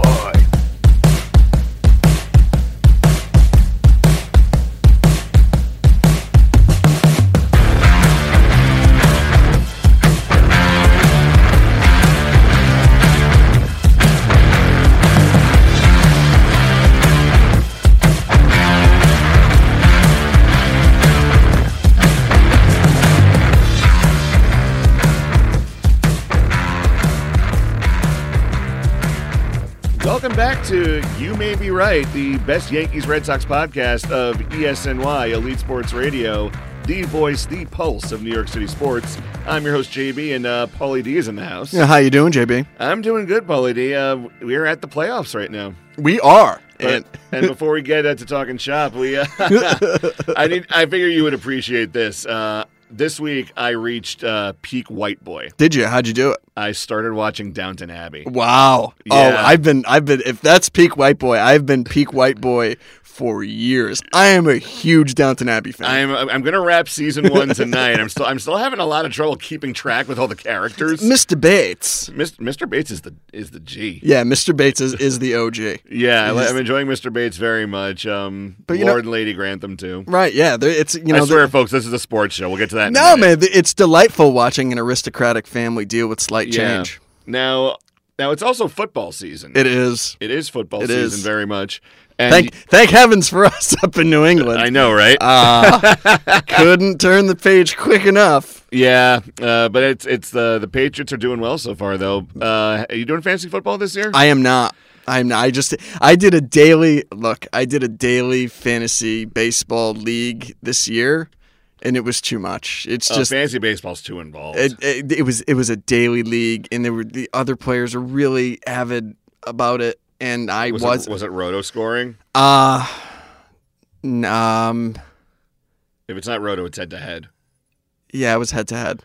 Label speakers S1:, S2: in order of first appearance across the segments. S1: E-S-N-Y.
S2: Welcome back to You May Be Right, the best Yankees Red Sox podcast of E ESNY, Elite Sports Radio, the voice, the pulse of New York City sports. I'm your host, JB, and uh, Paulie D is in the house.
S3: Yeah, how you doing, JB?
S2: I'm doing good, Paulie D. Uh, we're at the playoffs right now.
S3: We are.
S2: But,
S3: And
S2: and before we get uh, to talking shop, we uh, I need I figure you would appreciate this. Uh, this week I reached uh, peak white boy.
S3: did you? How'd you do it?
S2: I started watching Downton Abbey.
S3: Wow.
S2: Yeah.
S3: Oh, I've been I've been if that's peak white boy, I've been peak white boy for years. I am a huge Downton Abbey fan.
S2: I'm I'm gonna wrap season one tonight. I'm still I'm still having a lot of trouble keeping track with all the characters.
S3: Mr. Bates.
S2: Mis- Mr. Bates is the is the G.
S3: Yeah, Mr. Bates is, is the OG.
S2: Yeah, I li-
S3: He's-
S2: I'm enjoying Mr. Bates very much. Um,
S3: But you
S2: Lord
S3: know-
S2: and Lady Grantham too.
S3: Right, yeah. there- It's you know
S2: I swear, folks, this is a sports show. We'll get to that.
S3: there-
S2: in
S3: No
S2: a minute.
S3: man, th- it's delightful watching an aristocratic family deal with slight
S2: Yeah.
S3: change.
S2: Now, now it's also football season.
S3: It is.
S2: It is football
S3: It
S2: season
S3: is.
S2: very much. And
S3: Thank thank heavens for us up in New England.
S2: I know, right?
S3: Ah, couldn't turn the page quick enough.
S2: yeah, uh, but it's it's the the Patriots are doing well so far though. Uh, are you doing fantasy football this year?
S3: I am not. I'm not. I just I did a daily look. I did a daily fantasy baseball league this year, and it was too much. It's
S2: Uh,
S3: just
S2: fantasy baseball's too involved.
S3: it, it, it was it was a daily league, and there were the other players were really avid about it, and I
S2: was,
S3: was,
S2: it, was it roto scoring?
S3: uh n- um
S2: If it's not roto, it's head to head.
S3: yeah, it was head to head.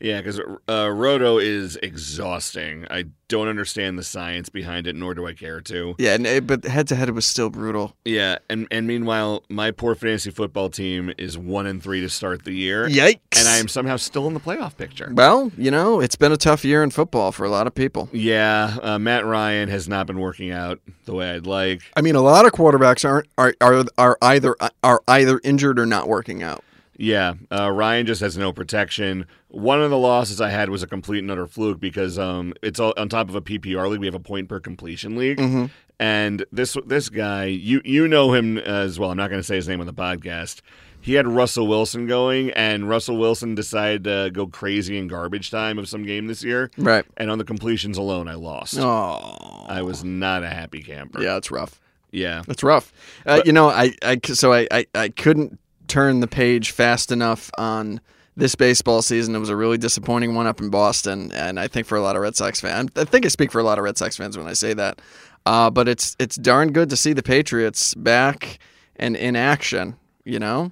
S2: Yeah, because uh, roto is exhausting. I don't understand the science behind it, nor do I care to.
S3: Yeah, and it, but head to head it was still brutal.
S2: Yeah, and and meanwhile, my poor fantasy football team is one and three to start the year,
S3: Yikes!
S2: and I am somehow still in the playoff picture.
S3: well, you know, it's been a tough year in football for a lot of people.
S2: Yeah, uh, Matt Ryan has not been working out the way I'd like.
S3: I mean, a lot of quarterbacks aren't are are, are either are either injured or not working out.
S2: Yeah, uh, Ryan just has no protection. One of the losses I had was a complete and utter fluke because um, it's all on top of a PPR league. We have a point per completion league,
S3: Mm-hmm.
S2: and this this guy, you you know him as well. I'm not going to say his name on the podcast. He had Russell Wilson going, and Russell Wilson decided to go crazy in garbage time of some game this year.
S3: Right.
S2: And on the completions alone, I lost.
S3: Mm. Oh,
S2: I was not a happy camper.
S3: yeah, it's rough.
S2: yeah.
S3: It's rough. Uh, you know, I, I so I, I I couldn't turn the page fast enough on this baseball season. It was a really disappointing one up in Boston, and I think for a lot of Red Sox fans, I think I speak for a lot of Red Sox fans when I say that. Uh, but it's it's darn good to see the Patriots back and in action. You know,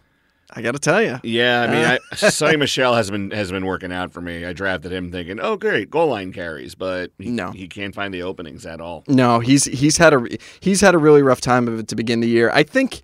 S3: I got to tell you.
S2: Yeah, I mean,
S3: Uh.
S2: I, Sonny Michelle has been has been working out for me. I drafted him thinking, oh, great, goal line carries, but he,
S3: No.
S2: he can't find the openings at all.
S3: No, he's he's had a he's had a really rough time of it to begin the year. I think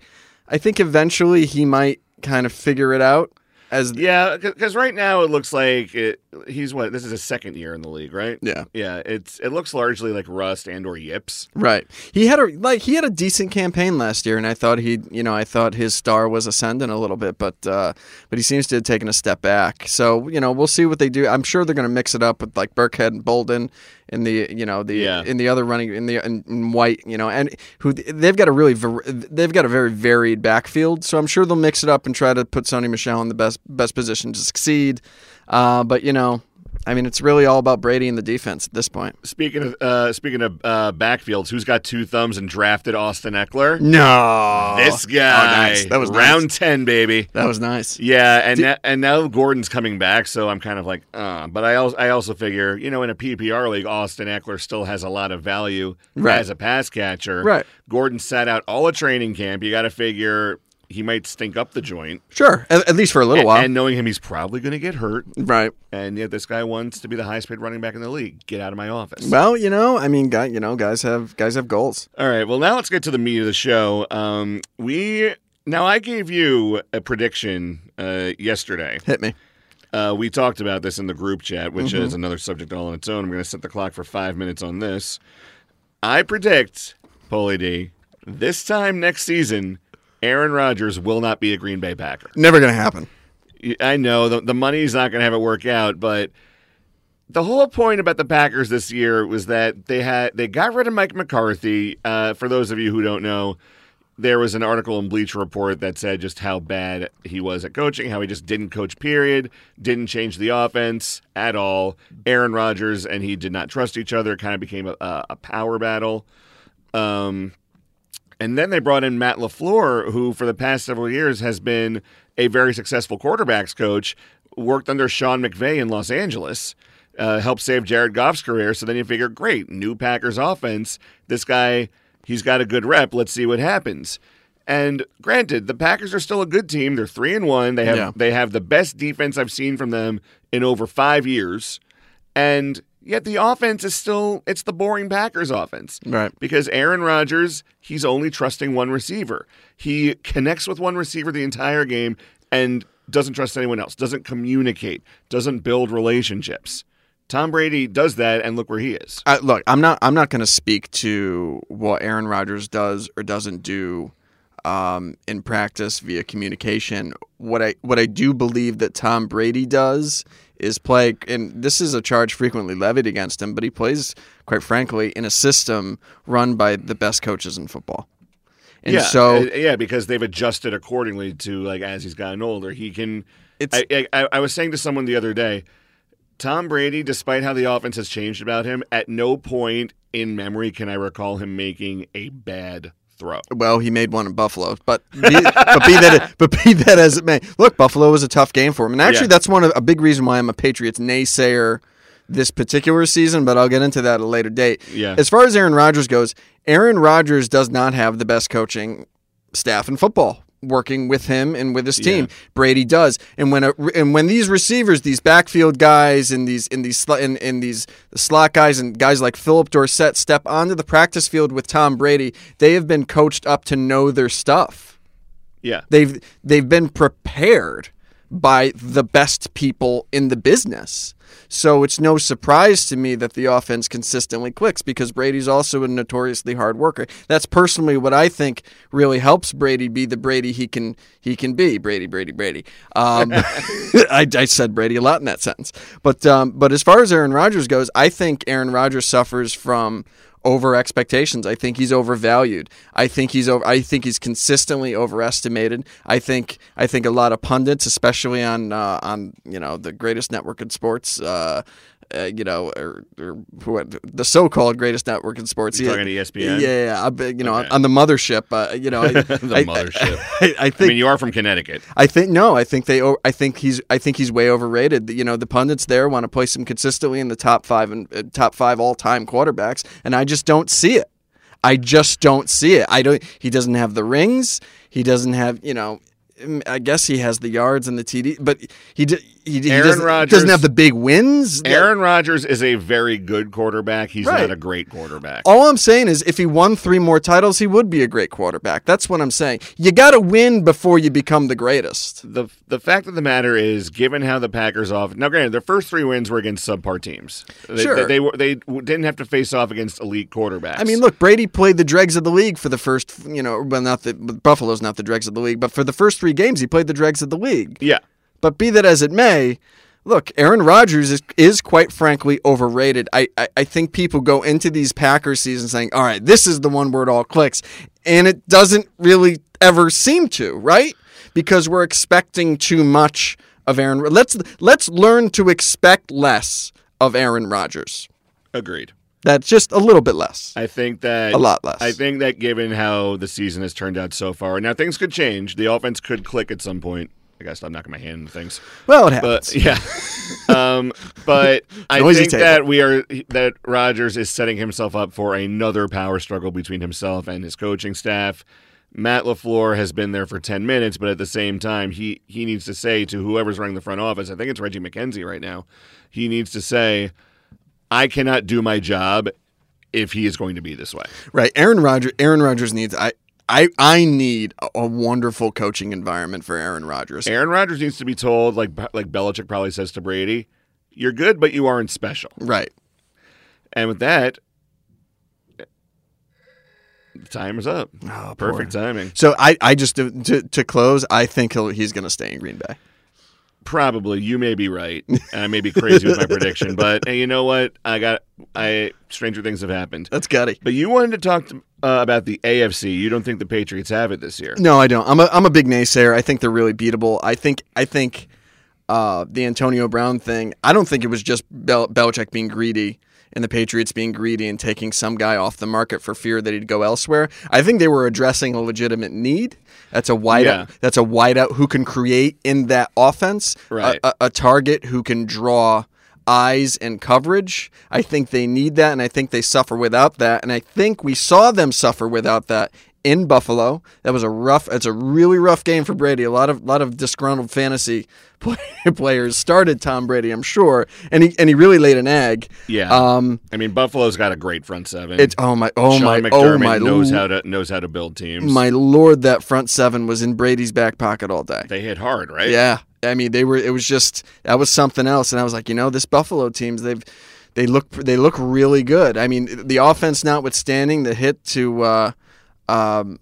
S3: I think eventually he might kind of figure it out as
S2: Yeah, because right now it looks like it, he's what this is his second year in the league, right?
S3: yeah.
S2: Yeah, it's it looks largely like rust and or yips.
S3: Right. He had a like he had a decent campaign last year and I thought he you know, I thought his star was ascending a little bit, but uh but he seems to have taken a step back. So, you know, we'll see what they do. I'm sure they're gonna mix it up with like Burkhead and Bolden in the you know, the
S2: Yeah.
S3: in the other running in the in, in white, you know, and who they've got a really var- they've got a very varied backfield. So I'm sure they'll mix it up and try to put Sony Michelle in the best best position to succeed. Uh but you know, I mean it's really all about Brady and the defense at this point.
S2: Speaking of uh, speaking of uh, backfields, who's got two thumbs and drafted Austin Eckler?
S3: No. Oh,
S2: This guy,
S3: nice. That was
S2: round
S3: nice.
S2: ten, baby.
S3: That was nice.
S2: Yeah, and na- and now Gordon's coming back, so I'm kind of like, uh, but I also I also figure, you know, in a PPR league, Austin Eckler still has a lot of value
S3: Right.
S2: as a pass catcher.
S3: Right.
S2: Gordon sat out all of training camp. You got to figure he might stink up the joint.
S3: Sure, at, at least for a little
S2: A-
S3: while.
S2: And knowing him, he's probably going to get hurt.
S3: right.
S2: And yet, this guy wants to be the highest paid running back in the league. Get out of my office.
S3: Well, you know, I mean, guy, you know, guys have guys have goals.
S2: All right. Well, now let's get to the meat of the show. Um, we now I gave you a prediction uh, yesterday.
S3: Hit me.
S2: Uh, we talked about this in the group chat, which is another subject all on its own. I'm going to set the clock for five minutes on this. I predict, Paulie D, this time next season, Aaron Rodgers will not be a Green Bay Packer.
S3: Never going to happen.
S2: I know the, the money's not going to have it work out, but the whole point about the Packers this year was that they had they got rid of Mike McCarthy. Uh, for those of you who don't know, there was an article in Bleacher Report that said just how bad he was at coaching, how he just didn't coach. Period. Didn't change the offense at all. Aaron Rodgers and he did not trust each other. It kind of became a, a a power battle. Um, and then they brought in Matt LaFleur, who for the past several years has been a very successful quarterbacks coach, worked under Sean McVay in Los Angeles, uh, helped save Jared Goff's career. So then you figure, great, new Packers offense. This guy, he's got a good rep. Let's see what happens. And granted, the Packers are still a good team. They're three and one. They have
S3: Yeah.
S2: they have the best defense I've seen from them in over five years. And yet the offense is still it's the boring Packers offense.
S3: Right.
S2: Because Aaron Rodgers, he's only trusting one receiver. He connects with one receiver the entire game and doesn't trust anyone else, doesn't communicate, doesn't build relationships. Tom Brady does that and look where he is.
S3: I, look, I'm not. I'm not going to speak to what Aaron Rodgers does or doesn't do um, in practice via communication. What I what I do believe that Tom Brady does is play, and this is a charge frequently levied against him, but he plays, quite frankly, in a system run by the best coaches in football. And
S2: yeah,
S3: so
S2: uh, yeah, because they've adjusted accordingly to like as he's gotten older, he can.
S3: It's-
S2: I, I- I, I was saying to someone the other day, Tom Brady, despite how the offense has changed about him, at no point in memory can I recall him making a bad throw.
S3: Well, he made one in Buffalo, but be, but be that but be that as it may, look, Buffalo was a tough game for him, and actually,
S2: Yeah.
S3: that's one of a big reason why I'm a Patriots naysayer this particular season. But I'll get into that at a later date.
S2: Yeah.
S3: As far as Aaron Rodgers goes, Aaron Rodgers does not have the best coaching staff in football working with him and with his team. Brady does, and when a, and when these receivers, these backfield guys, and these and these sl- and, and these slot guys, and guys like Philip Dorsett step onto the practice field with Tom Brady, they have been coached up to know their stuff.
S2: Yeah.
S3: They've they've been prepared by the best people in the business. So it's no surprise to me that the offense consistently clicks because Brady's also a notoriously hard worker. That's personally what I think really helps Brady be the Brady he can he can be. Brady, Brady, Brady. Um, I, I said Brady a lot in that sentence. But um, but as far as Aaron Rodgers goes, I think Aaron Rodgers suffers from over expectations. I think he's overvalued. I think he's over. I think he's consistently overestimated. I think I think a lot of pundits, especially on uh, on you know the greatest network in sports, uh, uh, you know, or, or who, the so-called greatest network in sports.
S2: You talking E ESPN?
S3: Yeah, yeah, yeah. I bet, you know,
S2: Okay.
S3: on, on the mothership. Uh, you know, I,
S2: The
S3: I-
S2: mothership.
S3: I, I
S2: I
S3: think
S2: mean, you are from Connecticut.
S3: I think no. I think they. o- I think he's. I think he's way overrated. You know, the pundits there want to place him consistently in the top five and uh, top five all time quarterbacks, and I just don't see it. I just don't see it. I don't. He doesn't have the rings. He doesn't have. You know. mm, I guess he has the yards and the TD, but he d- he, he
S2: Aaron
S3: doesn't,
S2: Rodgers-
S3: doesn't have the big wins.
S2: Aaron Rodgers is a very good quarterback. He's
S3: Right.
S2: not a great quarterback.
S3: All I'm saying is, if he won three more titles, he would be a great quarterback. That's what I'm saying. You got to win before you become the greatest.
S2: The the fact of the matter is, given how the Packers off now, granted, their first three wins were against subpar teams. They,
S3: Sure.
S2: they, they were they w- didn't have to face off against elite quarterbacks.
S3: I mean, look, Brady played the dregs of the league for the first, you know, well, not the Buffalo's not the dregs of the league, but for the first three games, he played the dregs of the league.
S2: yeah,
S3: But be that as it may, look, Aaron Rodgers is, is quite frankly overrated. I, I, I think people go into these Packers seasons saying, all right, this is the one where it all clicks. And it doesn't really ever seem to, right? Because we're expecting too much of Aaron. Let's let's learn to expect less of Aaron Rodgers.
S2: agreed.
S3: That's just a little bit less.
S2: I think that
S3: A lot less.
S2: I think that given how the season has turned out so far, now things could change. The offense could click at some point. I gotta stop knocking my hand into things.
S3: Well, it happens.
S2: But yeah, um, but I
S3: Noisy
S2: think
S3: table.
S2: that we are that Rogers is setting himself up for another power struggle between himself and his coaching staff. Matt Lafleur has been there for ten minutes, but at the same time, he he needs to say to whoever's running the front office. I think it's Reggie McKenzie right now. He needs to say, "I cannot do my job." If he is going to be this way,
S3: Right. Aaron Rodgers Aaron Rodgers needs I I I need a, a wonderful coaching environment for Aaron Rodgers.
S2: Aaron Rodgers needs to be told, like like Belichick probably says to Brady, "You're good, but you aren't special."
S3: Right.
S2: And with that, Time's up.
S3: Oh, poor.
S2: Perfect timing.
S3: So I, I just to, to to close, I think he'll he's gonna stay in Green Bay.
S2: Probably you may be right, and I may be crazy with my prediction, but hey, you know what? I got I stranger things have happened.
S3: That's Gutty.
S2: But you wanted to talk to, uh, about the AFC. You don't think the Patriots have it this year?
S3: No, I don't. I'm a I'm a big naysayer. I think they're really beatable. I think I think uh, the Antonio Brown thing. I don't think it was just Bel- Belichick being greedy and the Patriots being greedy and taking some guy off the market for fear that he'd go elsewhere. I think they were addressing a legitimate need. That's a wide
S2: Yeah.
S3: out, that's a wide out who can create in that offense. a-
S2: Right.
S3: A, a target who can draw eyes and coverage. I think they need that and I think they suffer without that. And I think we saw them suffer without that in Buffalo. That was a rough it's a really rough game for Brady. A lot of lot of disgruntled fantasy play, players started Tom Brady, I'm sure. And he and he really laid an egg.
S2: Yeah.
S3: Um
S2: I mean, Buffalo's got a great front seven.
S3: it's oh my oh
S2: Sean
S3: my
S2: McDermott
S3: oh my
S2: knows
S3: l-
S2: how to knows how to build teams.
S3: my lord that front seven was in Brady's back pocket all day.
S2: they hit hard, right?
S3: Yeah, I mean they were. It was just that was something else, and I was like, you know, this Buffalo teams they've they look they look really good. I mean the offense notwithstanding the hit to. Uh, um,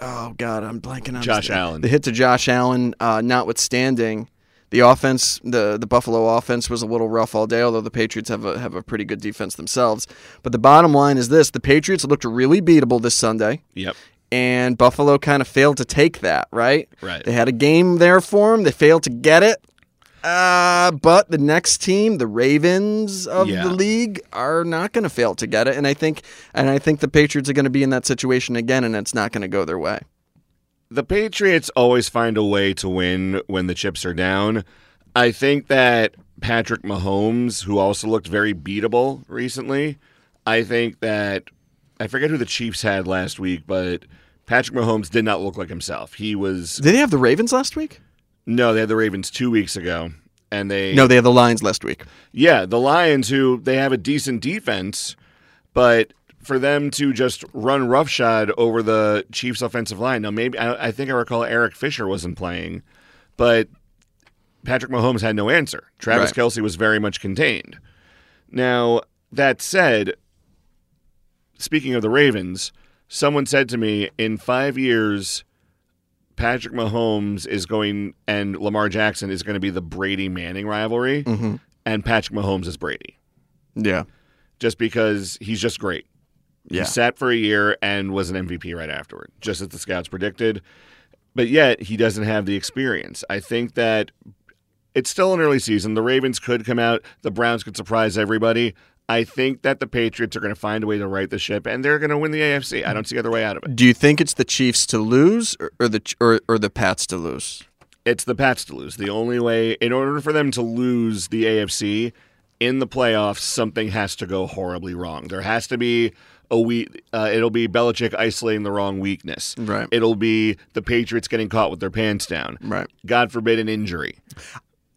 S3: Oh God, I'm blanking on his
S2: Josh
S3: name.
S2: Allen.
S3: The hit to Josh Allen, uh, notwithstanding, the offense, the the Buffalo offense was a little rough all day. Although the Patriots have a have a pretty good defense themselves, but the bottom line is this: the Patriots looked really beatable this Sunday
S2: Yep.
S3: and Buffalo kind of failed to take that, right?
S2: Right.
S3: They had a game there for them. They failed to get it. Uh, but the next team, the Ravens of
S2: Yeah.
S3: the league, are not going to fail to get it, and I think, and I think the Patriots are going to be in that situation again, and it's not going to go their way.
S2: The Patriots always find a way to win when the chips are down. I think that Patrick Mahomes, who also looked very beatable recently, I think that I forget who the Chiefs had last week, but Patrick Mahomes did not look like himself. He was
S3: Did they have the Ravens last week?
S2: no, they had the Ravens two weeks ago, and they
S3: No, they had the Lions last week.
S2: Yeah, the Lions, who they have a decent defense, but for them to just run roughshod over the Chiefs' offensive line. Now, maybe I, I think I recall Eric Fisher wasn't playing, but Patrick Mahomes had no answer. Travis
S3: Right.
S2: Kelsey was very much contained. Now, that said, speaking of the Ravens, someone said to me in five years, Patrick Mahomes is going and Lamar Jackson is going to be the Brady Manning rivalry, and Patrick Mahomes is Brady
S3: Yeah,
S2: just because he's just great.
S3: Yeah.
S2: He sat for a year and was an MVP right afterward, just as the scouts predicted. But yet he doesn't have the experience. I think that it's still an early season. The Ravens could come out. The Browns could surprise everybody. I think that the Patriots are going to find a way to right the ship, and they're going to win the AFC. I don't see other way out of it.
S3: Do you think it's the Chiefs to lose, or, or the Ch- or, or the Pats to lose?
S2: It's the Pats to lose. The only way, in order for them to lose the AFC in the playoffs, something has to go horribly wrong. There has to be a week. Uh, it'll be Belichick isolating the wrong weakness.
S3: Right.
S2: It'll be the Patriots getting caught with their pants down.
S3: Right.
S2: God forbid an injury.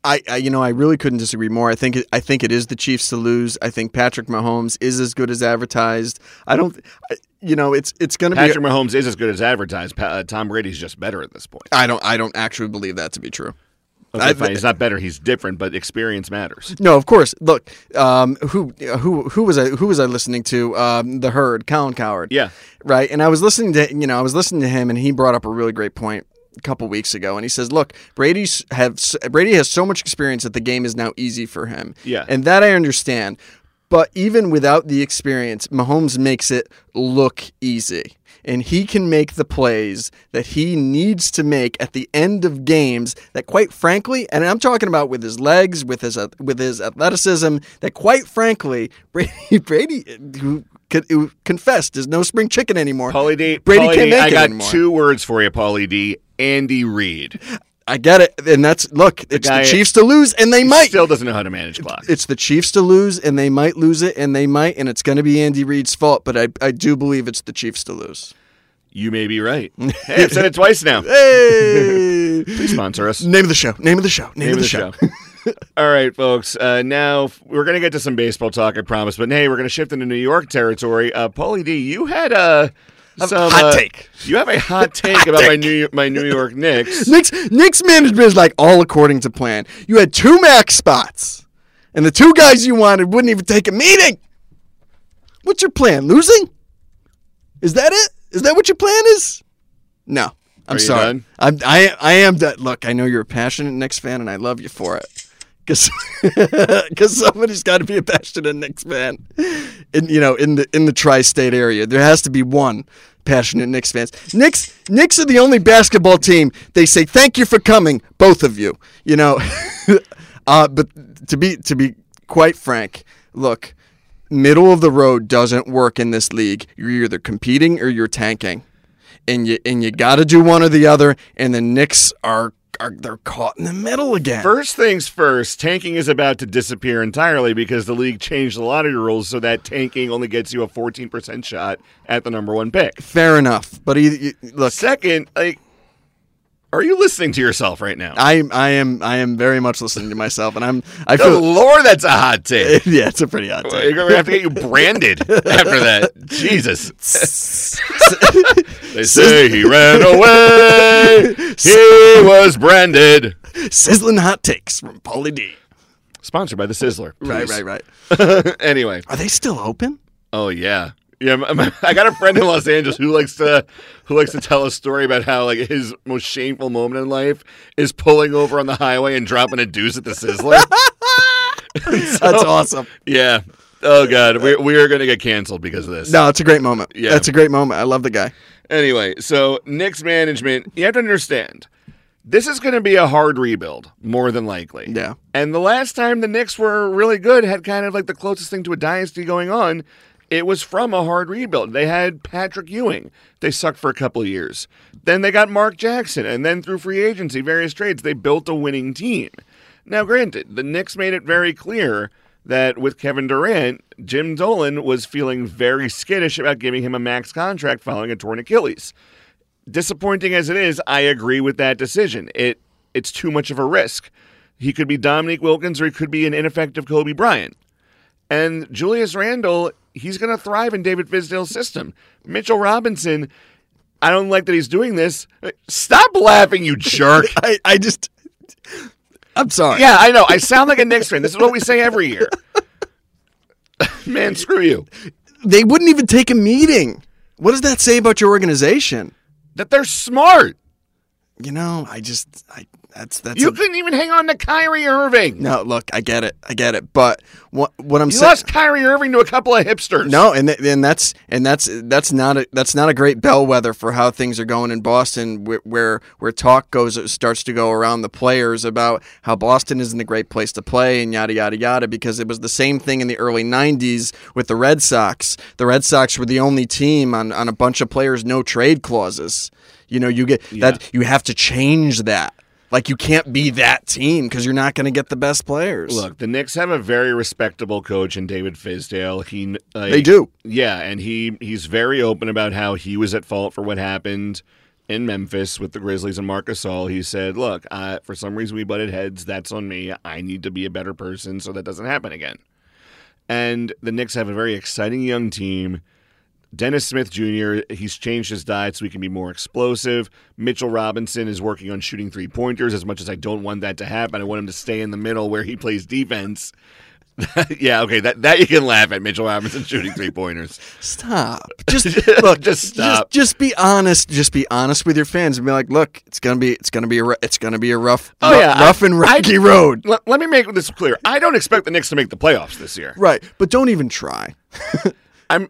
S3: I, I you know I really couldn't disagree more. I think it, I think it is the Chiefs to lose. I think Patrick Mahomes is as good as advertised. I don't I, you know it's it's going to be
S2: Patrick Mahomes is as good as advertised. Pa- uh, Tom Brady's just better at this point.
S3: I don't I don't actually believe that to be true.
S2: Okay,
S3: I-
S2: fine. He's not better. He's different, but experience matters.
S3: No, of course. Look, um, who who who was I who was I listening to? Um, the herd, Colin Coward.
S2: Yeah.
S3: right? And I was listening to you know I was listening to him, and he brought up a really great point a couple weeks ago, and he says, "Look, Brady's have s- Brady has so much experience that the game is now easy for him."
S2: Yeah.
S3: and that I understand. But even without the experience, Mahomes makes it look easy. And he can make the plays that he needs to make at the end of games that quite frankly, and I'm talking about with his legs, with his with his athleticism, that quite frankly, Brady Brady who could, who confessed is no spring chicken anymore.
S2: Paulie D.
S3: Brady
S2: Paulie
S3: can't
S2: D,
S3: make
S2: I
S3: it
S2: got
S3: anymore.
S2: two words for you, Paulie D. Andy Reid
S3: I get it. And that's look, it's
S2: guy-
S3: the Chiefs to lose and they might
S2: still doesn't know how to manage clock.
S3: it's the Chiefs to lose, and they might lose it, and they might, and it's going to be Andy Reid's fault. But I, I do believe it's the Chiefs to lose.
S2: You may be right. Hey, I've said it twice now.
S3: Hey,
S2: Please sponsor us.
S3: name of the show. Name of the show. Name,
S2: Name of the show. All right, folks. Uh, now f- we're going to get to some baseball talk, I promise. But hey, we're going to shift into New York territory. Uh, Paulie D, you had a some,
S3: hot
S2: uh,
S3: take.
S2: You have a hot take about my New my New York Knicks.
S3: Knicks, Knicks management is like all according to plan. You had two max spots, and the two guys you wanted wouldn't even take a meeting. What's your plan? Losing? Is that it? Is that what your plan is? No.
S2: Are
S3: I'm
S2: you
S3: sorry.
S2: done?
S3: I'm I I am done. Look, I know you're a passionate Knicks fan and I love you for it. Cause, 'cause somebody's got to be a passionate Knicks fan, in you know in the in the tri-state area. There has to be one passionate Knicks fans. Knicks Knicks are the only basketball team. They say thank you for coming, both of you. You know, uh, but to be to be quite frank, look, middle of the road doesn't work in this league. You're either competing or you're tanking, and you and you got to do one or the other. And the Knicks are are they're caught in the middle again.
S2: First things first, tanking is about to disappear entirely because the league changed the lottery rules so that tanking only gets you a 14% shot at the number one pick.
S3: Fair enough, but either, you, look,
S2: Second, like, are you listening to yourself right now?
S3: I am I am I am very much listening to myself, and I'm I
S2: Good
S3: feel
S2: lord, that's a hot take.
S3: yeah, it's a pretty hot
S2: You're
S3: take.
S2: gonna have to get you branded after that. Jesus. They say he ran away. He was branded.
S3: Sizzling hot takes from Paulie D.
S2: Sponsored by the Sizzler.
S3: Right, right, right.
S2: right. anyway.
S3: Are they still open?
S2: Oh yeah, yeah. My, my- I got a friend in Los Angeles who likes to who likes to tell a story about how like his most shameful moment in life is pulling over on the highway and dropping a deuce at the Sizzler.
S3: That's awesome.
S2: yeah. Oh god, we we are gonna get canceled because of this.
S3: No, it's a great moment.
S2: Yeah.
S3: that's a great moment. I love the guy.
S2: Anyway, so Knicks management, you have to understand, this is going to be a hard rebuild, more than likely.
S3: Yeah.
S2: And the last time the Knicks were really good, had kind of like the closest thing to a dynasty going on, it was from a hard rebuild. They had Patrick Ewing. They sucked for a couple of years. Then they got Mark Jackson, and then through free agency, various trades, they built a winning team. Now, granted, the Knicks made it very clear that with Kevin Durant, Jim Dolan was feeling very skittish about giving him a max contract following a torn Achilles disappointing as it is, I agree with that decision. It it's too much of a risk. He could be Dominique Wilkins or he could be an ineffective Kobe Bryant. And Julius Randle, he's going to thrive in David Fisdale's system. Mitchell Robinson, I don't like that he's doing this. Stop laughing, you jerk.
S3: I I just I'm sorry.
S2: yeah, I know. I sound like a Knicks fan. This is what we say every year. Man, screw you.
S3: They wouldn't even take a meeting. What does that say about your organization?
S2: That they're smart.
S3: You know, I just I that's that's
S2: You
S3: a-
S2: couldn't even hang on to Kyrie Irving.
S3: no. Look, I get it. I get it. But what what I'm
S2: You
S3: saying.
S2: lost Kyrie Irving to a couple of hipsters.
S3: No, and th- and that's and that's that's not a that's not a great bellwether for how things are going in Boston, where where, where talk goes uh, starts to go around the players about how Boston isn't a great place to play and yada yada yada because it was the same thing in the early '90s with the Red Sox. The Red Sox were the only team on on a bunch of players no trade clauses. You know, you get that you have to change that. Like you can't be that team because you're not going to get the best players.
S2: Look, the Knicks have a very respectable coach in David Fizdale. He uh, like,
S3: they do.
S2: yeah, and he he's very open about how he was at fault for what happened in Memphis with the Grizzlies and Marcus All. He said, "Look, uh, for some reason we butted heads. That's on me. I need to be a better person so that doesn't happen again." And the Knicks have a very exciting young team. Dennis Smith Jr., he's changed his diet so he can be more explosive. Mitchell Robinson is working on shooting three pointers as much as I don't want that to happen. I want him to stay in the middle where he plays defense. yeah, okay, that, that you can laugh at Mitchell Robinson shooting three pointers.
S3: Stop. Just look.
S2: Just stop.
S3: Just, just be honest. Just be honest with your fans and be like, look, it's gonna be, it's gonna be, a, ru- it's gonna be a rough,
S2: Oh,
S3: ru-
S2: yeah, I-
S3: rough and rocky road.
S2: Let, let me make this clear. I don't expect the Knicks to make the playoffs this year.
S3: Right. But don't even try.
S2: I'm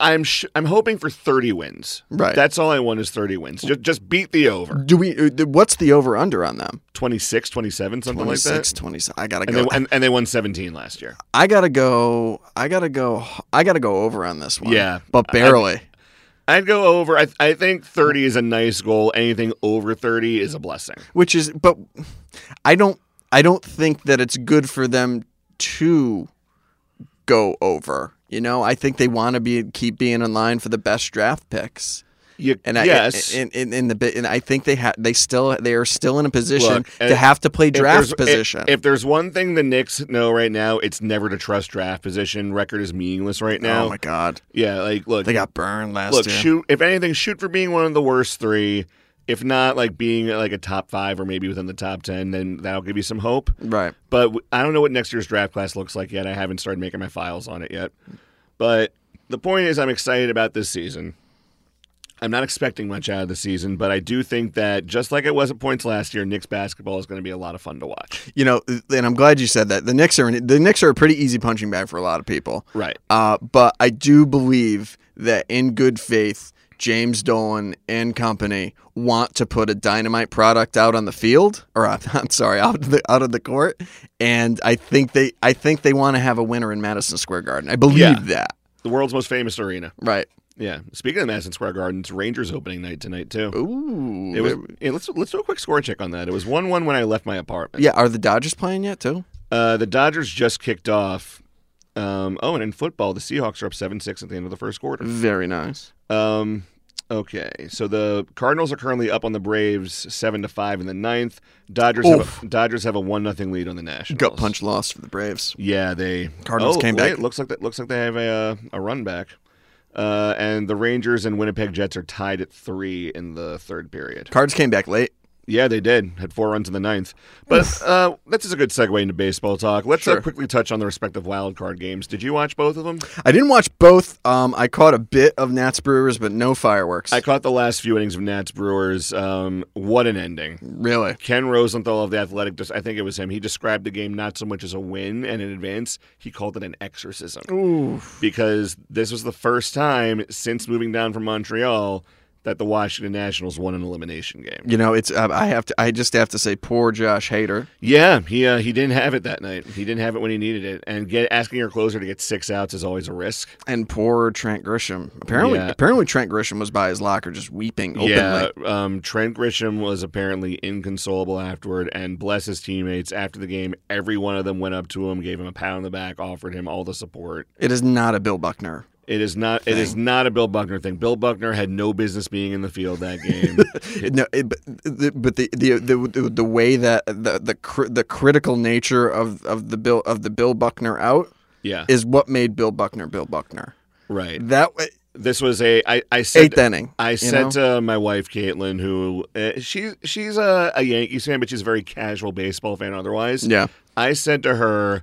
S2: I'm sh- I'm hoping for 30 wins.
S3: Right.
S2: That's all I want is 30 wins. Just just beat the over.
S3: Do we? uh, th- What's the over under on them?
S2: 26, 27, something like
S3: 26,
S2: that.
S3: 27. I gotta
S2: And
S3: go.
S2: they, and, and they won 17 last year.
S3: I gotta go. I gotta go. I gotta go over on this one.
S2: Yeah.
S3: But barely.
S2: I'd go over. I, I think 30 is a nice goal. Anything over 30 is a blessing.
S3: which is but i don't i don't think that it's good for them to go over you know i think they want to be keep being in line for the best draft picks
S2: You,
S3: and I,
S2: yes.
S3: in, in, in the bit, and I think they have they still they are still in a position
S2: Look,
S3: to
S2: if-
S3: have to play
S2: If
S3: draft
S2: there's-
S3: position.
S2: If, if there's one thing the Knicks know right now, it's never to trust draft position. Record is meaningless right now.
S3: oh my god,
S2: yeah, like look,
S3: they got burned last
S2: look,
S3: year.
S2: shoot. If anything, shoot for being one of the worst three. If not, like being like a top five or maybe within the top ten, then that'll give you some hope.
S3: Right,
S2: But w- I don't know what next year's draft class looks like yet. I haven't started making my files on it yet. But the point is, I'm excited about this season. I'm not expecting much out of the season, but I do think that just like it was at points last year, Knicks basketball is going to be a lot of fun to watch.
S3: You know, and I'm glad you said that. The Knicks are the Knicks are a pretty easy punching bag for a lot of people.
S2: Right.
S3: Uh, but I do believe that in good faith, James Dolan and company want to put a dynamite product out on the field, or I'm, I'm sorry, out of the out of the court. And I think they, I think they want to have a winner in Madison Square Garden. I believe
S2: Yeah.
S3: that.
S2: The world's most famous arena.
S3: Right.
S2: Yeah. Speaking of Madison Square Garden, it's Rangers opening night tonight too.
S3: Ooh.
S2: It was. yeah, let's let's do a quick score check on that. It was one one when I left my apartment.
S3: yeah. Are the Dodgers playing yet too?
S2: Uh, the Dodgers just kicked off. Um, oh, and in football, the Seahawks are up seven six at the end of the first quarter.
S3: Very nice.
S2: Um, okay, so the Cardinals are currently up on the Braves seven to five in the ninth. Dodgers have a, Dodgers have a one nothing lead on the Nationals.
S3: Gut punch loss for the Braves.
S2: Yeah, they
S3: Cardinals
S2: oh,
S3: came
S2: wait,
S3: back.
S2: Looks like that. Looks like they have a a run back. Uh, and the Rangers and Winnipeg Jets are tied at three in the third period.
S3: Cards came back late.
S2: Yeah, they did. Had four runs in the ninth. But uh, that's just a good segue into baseball talk. Let's uh,
S3: Sure.
S2: quickly touch on the respective wild card games. Did you watch both of them?
S3: I didn't watch both. Um, I caught a bit of Nats Brewers, but no fireworks.
S2: I caught the last few innings of Nats Brewers. Um, what an ending.
S3: really?
S2: Ken Rosenthal of the Athletic, just- I think it was him, he described the game not so much as a win and an advance, he called it an exorcism.
S3: Ooh.
S2: Because this was the first time since moving down from Montreal that the Washington Nationals won an elimination game.
S3: You know, it's uh, I have to. I just have to say, poor Josh Hader.
S2: Yeah, he uh, he didn't have it that night. He didn't have it when he needed it. And get asking your closer to get six outs is always a risk.
S3: and poor Trent Grisham. Apparently,
S2: Yeah.
S3: apparently Trent Grisham was by his locker just weeping openly.
S2: Yeah, um, Trent Grisham was apparently inconsolable afterward, and bless his teammates. After the game, every one of them went up to him, gave him a pound on the back, offered him all the support.
S3: It is not a Bill Buckner.
S2: It is not. It is not a Bill Buckner thing. Bill Buckner had no business being in the field that game.
S3: No, it, but the, but the, the the the way that the the cr- the critical nature of, of the Bill of the Bill Buckner out
S2: yeah,
S3: is what made Bill Buckner Bill Buckner.
S2: right.
S3: That way,
S2: This was a. I, I said.
S3: eighth inning.
S2: I
S3: you
S2: said
S3: know?
S2: to my wife Caitlin, who uh, she's she's a, a Yankees fan, but she's a very casual baseball fan otherwise.
S3: yeah,
S2: I said to her,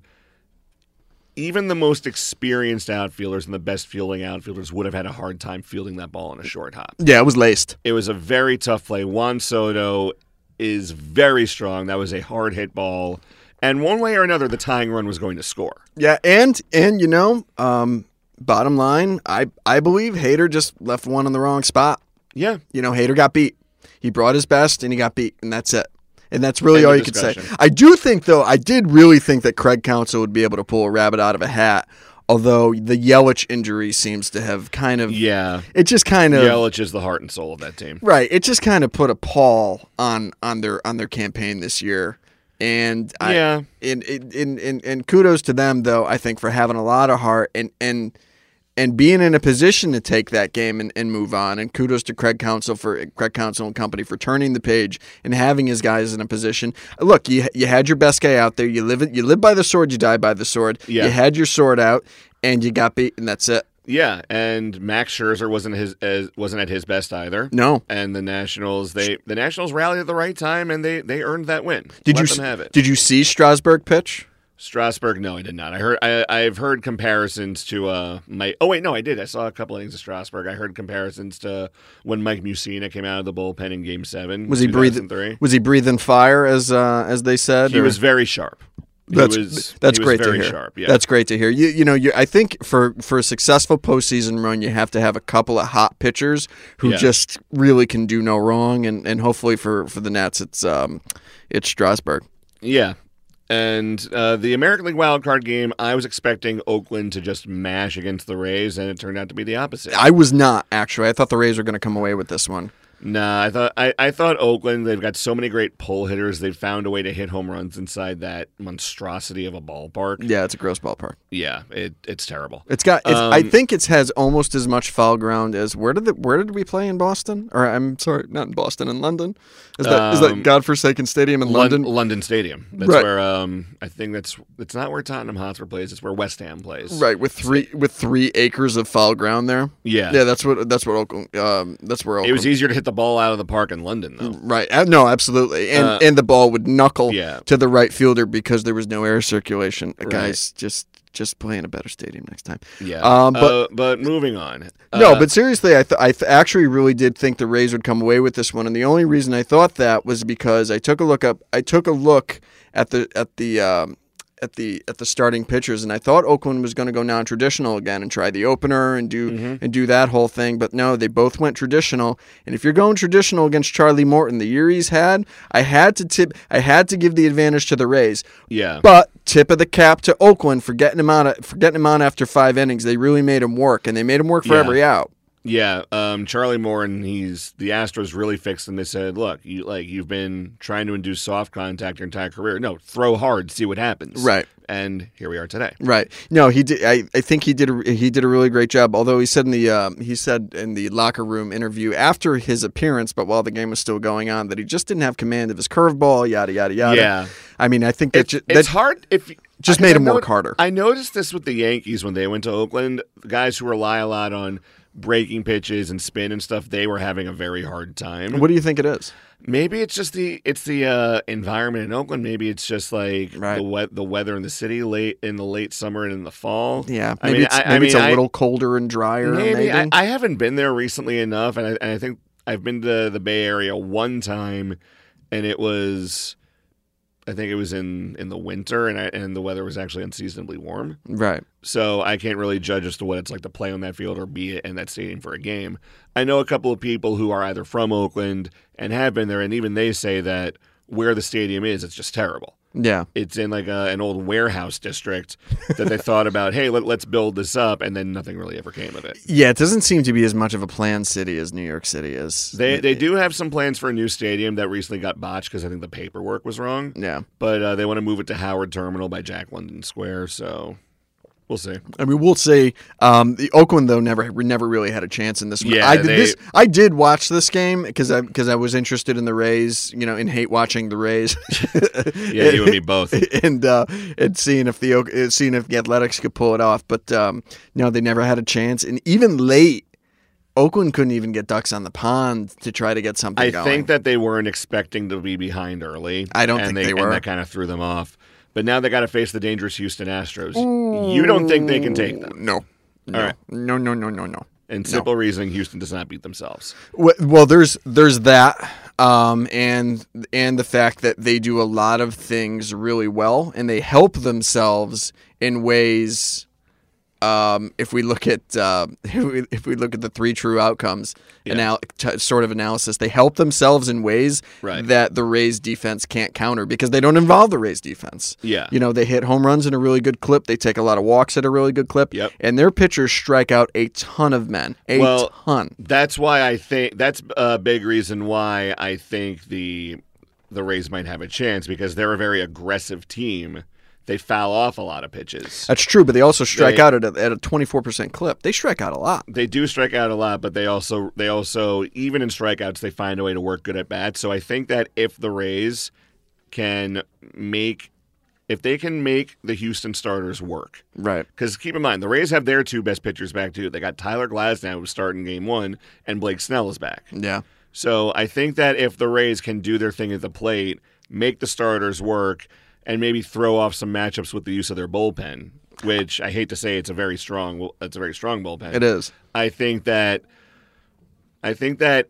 S2: even the most experienced outfielders and the best fielding outfielders would have had a hard time fielding that ball in a short hop.
S3: yeah, it was laced.
S2: It was a very tough play. Juan Soto is very strong. That was a hard hit ball. And one way or another, the tying run was going to score.
S3: Yeah, and and you know, um, bottom line, I I believe Hader just left one in the wrong spot.
S2: Yeah.
S3: You know, Hader got beat. He brought his best and he got beat, and that's it. And that's really
S2: End
S3: all
S2: of
S3: you could say.
S2: discussion.
S3: I do think, though, I did really think that Craig Council would be able to pull a rabbit out of a hat. Although the Yelich injury seems to have kind of,
S2: Yeah.
S3: it just kind of,
S2: Yelich is the heart and soul of that team.
S3: right? It just kind of put a pall on on their on their campaign this year. And I,
S2: yeah.
S3: and, and and- and and kudos to them though I think for having a lot of heart and and and being in a position to take that game and, and move on and kudos to Craig Council for Craig Council and company for turning the page and having his guys in a position look you you had your best guy out there you live it- you live by the sword you die by the sword
S2: Yeah.
S3: you had your sword out and you got beat and that's it
S2: Yeah. And Max Scherzer wasn't his as, wasn't at his best either.
S3: no
S2: And the Nationals, they the Nationals rallied at the right time, and they they earned that win.
S3: did
S2: Let
S3: you
S2: them
S3: s-
S2: have it?
S3: did you see Strasburg pitch
S2: Strasburg? No, I did not. I heard. I, I've heard comparisons to uh my. Oh wait, no, I did. I saw a couple innings of Strasburg. I heard comparisons to when Mike Mussina came out of the bullpen in Game Seven.
S3: Was he breathing-
S2: Three.
S3: was he breathing fire as uh, as they said
S2: He
S3: or-
S2: was very sharp. He
S3: That's
S2: was-
S3: that's
S2: he was
S3: great
S2: very
S3: to hear.
S2: Sharp. Yeah.
S3: That's great to hear. You you know you I think for for a successful postseason run you have to have a couple of hot pitchers who
S2: Yeah.
S3: just really can do no wrong and and hopefully for for the Nats it's um it's Strasburg.
S2: Yeah. And uh, the American League wild card game, I was expecting Oakland to just mash against the Rays, and it turned out to be the opposite.
S3: I was not actually. I thought the Rays were going to come away with this one.
S2: Nah, I thought I, I thought Oakland. They've got so many great pull hitters. They've found a way to hit home runs inside that monstrosity of a ballpark.
S3: Yeah, it's a gross ballpark.
S2: Yeah, it, it's terrible.
S3: It's got it's, I
S2: Um,
S3: think it has almost as much foul ground as where did the where did we play in Boston? Or I'm sorry, not in Boston, in London. Is that is
S2: Um,
S3: that godforsaken stadium in
S2: Lon-
S3: London?
S2: London Stadium. That's
S3: Right.
S2: where um, I think that's it's not where Tottenham Hotspur plays. It's where West Ham plays.
S3: Right, with three with three acres of foul ground there.
S2: Yeah.
S3: Yeah, that's what that's what Oakland. Um, that's where
S2: It
S3: Oakland.
S2: was easier to hit the ball out of the park in London though.
S3: right. Uh, No, absolutely. And
S2: Uh,
S3: and the ball would knuckle
S2: yeah.
S3: to the right fielder because there was no air circulation. Uh,
S2: Right.
S3: Guys, just just play in a better stadium next time.
S2: Yeah.
S3: Um,
S2: but
S3: but-
S2: but moving on.
S3: No,
S2: Uh,
S3: but seriously, I, th- I th- actually really did think the Rays would come away with this one, and the only reason I thought that was because I took a look up. I took a look at the at the um, at the at the starting pitchers, and I thought Oakland was going to go non-traditional again and try the opener and do and do that whole thing. But no, they both went traditional. And if you're going traditional against Charlie Morton, the year he's had, I had to tip. I had to give the advantage to the Rays.
S2: yeah.
S3: But tip of the cap to Oakland for getting him out. For getting him out after five innings, they really made him work, and they made him work for
S2: Yeah.
S3: every out.
S2: Yeah, um, Charlie Moore and he's the Astros really fixed him. They said, "Look, you like you've been trying to induce soft contact your entire career. No, throw hard, see what happens."
S3: Right.
S2: and here we are today.
S3: Right. No, he did. I, I think he did. A, he did a really great job. Although he said in the um, he said in the locker room interview after his appearance, but while the game was still going on, that he just didn't have command of his curveball. Yada yada yada.
S2: Yeah.
S3: I mean, I think that,
S2: It's,
S3: ju-
S2: it's
S3: that
S2: hard if
S3: just
S2: I- 'cause I
S3: made him work
S2: noti-
S3: harder.
S2: I noticed this with the Yankees when they went to Oakland. The guys who rely a lot on breaking pitches and spin and stuff, they were having a very hard time.
S3: what do you think it is?
S2: Maybe it's just the it's the uh, environment in Oakland. Maybe it's just like
S3: Right.
S2: the we- the weather in the city late in the late summer and in the fall.
S3: Yeah.
S2: I
S3: Maybe
S2: mean,
S3: it's,
S2: I-
S3: maybe
S2: I
S3: it's
S2: mean,
S3: a
S2: I-
S3: little colder and drier.
S2: Maybe
S3: Maybe.
S2: I, I haven't been there recently enough, and I, and I think I've been to the Bay Area one time, and it was, I think it was in in the winter, and I, and the weather was actually unseasonably warm,
S3: right.
S2: so I can't really judge as to what it's like to play on that field or be in that stadium for a game. I know a couple of people who are either from Oakland and have been there, and even they say that where the stadium is, it's just terrible
S3: Yeah.
S2: it's in like a, an old warehouse district that they thought about hey let, let's build this up and then nothing really ever came of it
S3: Yeah. It doesn't seem to be as much of a planned city as New York City is.
S2: they, they do have some plans for a new stadium that recently got botched because i think the paperwork was wrong
S3: Yeah.
S2: but uh, they want to move it to howard terminal by jack london square so we'll see
S3: I mean, we'll see. Um, the Oakland though never never really had a chance in this one.
S2: Yeah,
S3: I did
S2: they-
S3: this. I did watch this game because I because I was interested in the Rays. You know, and hate watching the Rays.
S2: yeah you and me both
S3: and uh, and seeing if the Oak- uh, seeing if the Athletics could pull it off. But um, no, they never had a chance. And even late, Oakland couldn't even get ducks on the pond to try to get something.
S2: i
S3: going.
S2: think that they weren't expecting to be behind early
S3: I don't
S2: and
S3: think they were.
S2: and that kind of threw them off but now they got to face the dangerous houston astros you don't think they can take them
S3: no. No.
S2: right.
S3: No. No. No. No. No.
S2: and simple reasoning houston does not beat themselves
S3: Well, well, there's there's that, um, and and the fact that they do a lot of things really well, and they help themselves in ways. Um, if we look at uh, if, we, if we look at the three true outcomes anal- t- sort of analysis, they help themselves in ways
S2: Right.
S3: that the Rays defense can't counter because they don't involve the Rays defense.
S2: Yeah.
S3: you know they hit home runs in a really good clip. They take a lot of walks at a really good clip.
S2: Yep.
S3: and their pitchers strike out a ton of men, a
S2: Well,
S3: ton.
S2: That's why I think that's a big reason why I think the the Rays might have a chance because they're a very aggressive team. They foul off a lot of pitches.
S3: That's true, but they also strike
S2: They-
S3: out at a, at a 24% clip. They strike out a lot.
S2: They do strike out a lot, but they also they also even in strikeouts they find a way to work good at bats. So I think that if the Rays can make if they can make the Houston starters work,
S3: Right.
S2: because keep in mind the Rays have their two best pitchers back too. They got Tyler Glasnow who's starting Game One, and Blake Snell is back.
S3: Yeah.
S2: So I think that if the Rays can do their thing at the plate, make the starters work, and maybe throw off some matchups with the use of their bullpen, which I hate to say it's a very strong it's a very strong bullpen.
S3: It is.
S2: I think that I think that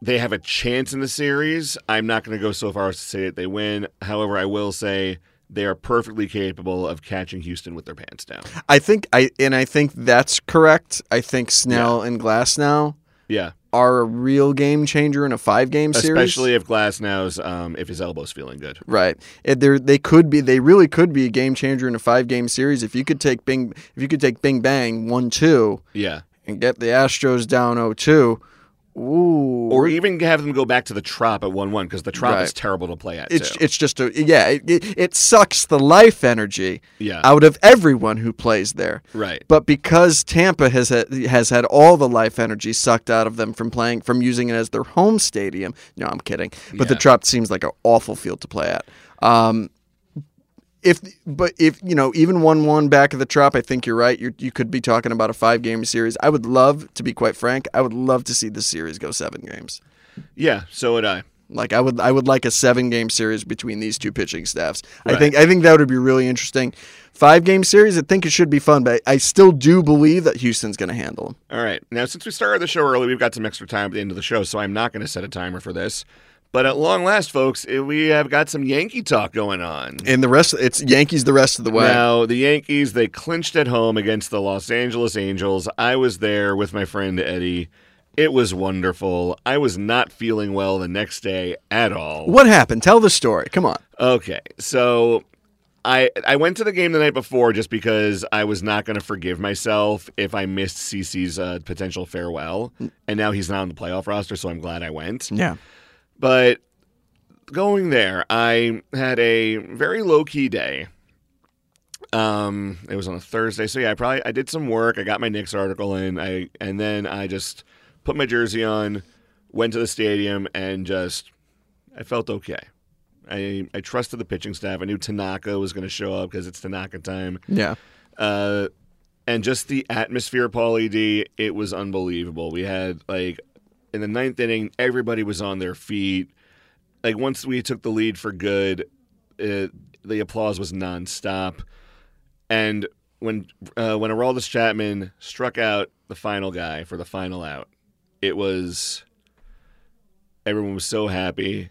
S2: they have a chance in the series. I'm not going to go so far as to say that they win. However, I will say they are perfectly capable of catching Houston with their pants down.
S3: I think I and I think that's correct. I think Snell and Glass now
S2: Yeah,
S3: are a real game changer in a five game series.
S2: especially if Glass now's um, if his elbow's feeling good.
S3: Right. And They're, they could be they really could be a game changer in a five game series if you could take Bing if you could take Bing Bang 1-2
S2: Yeah.
S3: and get the Astros down 0-2. Ooh.
S2: or even have them go back to the trop at one one because the trop is
S3: Right.
S2: terrible to play at
S3: it's
S2: too.
S3: it's just a yeah, it, it, it sucks the life energy
S2: Yeah.
S3: out of everyone who plays there.
S2: right.
S3: But because Tampa has had, has had all the life energy sucked out of them from playing from using it as their home stadium. No, I'm kidding. But the
S2: Yeah.
S3: Trop seems like an awful field to play at. Um, if but if you know even one one back of the Trop, I think you're right. You you could be talking about a five game series. I would love to be quite frank. I would love to see this series go seven games.
S2: Yeah. So would I.
S3: Like I would I would like a seven game series between these two pitching staffs.
S2: Right.
S3: I think I think that would be really interesting. Five game series, I think it should be fun, but I still do believe that Houston's going to handle them.
S2: All right. Now, since we started the show early, we've got some extra time at the end of the show, so I'm not going to set a timer for this. But at long last, folks, eh, we have got some Yankee talk going on.
S3: And the rest, it's Yankees the rest of the way.
S2: Now, the Yankees, they clinched at home against the Los Angeles Angels. I was there with my friend Eddie. It was wonderful. I was not feeling well the next day at all.
S3: What happened? Tell the story. Come on.
S2: Okay, so I I went to the game the night before just because I was not going to forgive myself if I missed CC's uh, potential farewell, and now he's not on the playoff roster, so I'm glad I went.
S3: Yeah.
S2: But going there, I had a very low key day. Um, it was on a Thursday, so yeah, I probably I did some work. I got my Knicks article in, I and then I just put my jersey on, went to the stadium, and just I felt okay. I I trusted the pitching staff. I knew Tanaka was going to show up because it's Tanaka time.
S3: Yeah.
S2: Uh, and just the atmosphere, Paul ED, it was unbelievable. We had like in the ninth inning, everybody was on their feet. Like once we took the lead for good, uh the applause was nonstop. And when uh, when Aroldis Chapman struck out the final guy for the final out, it was everyone was so happy.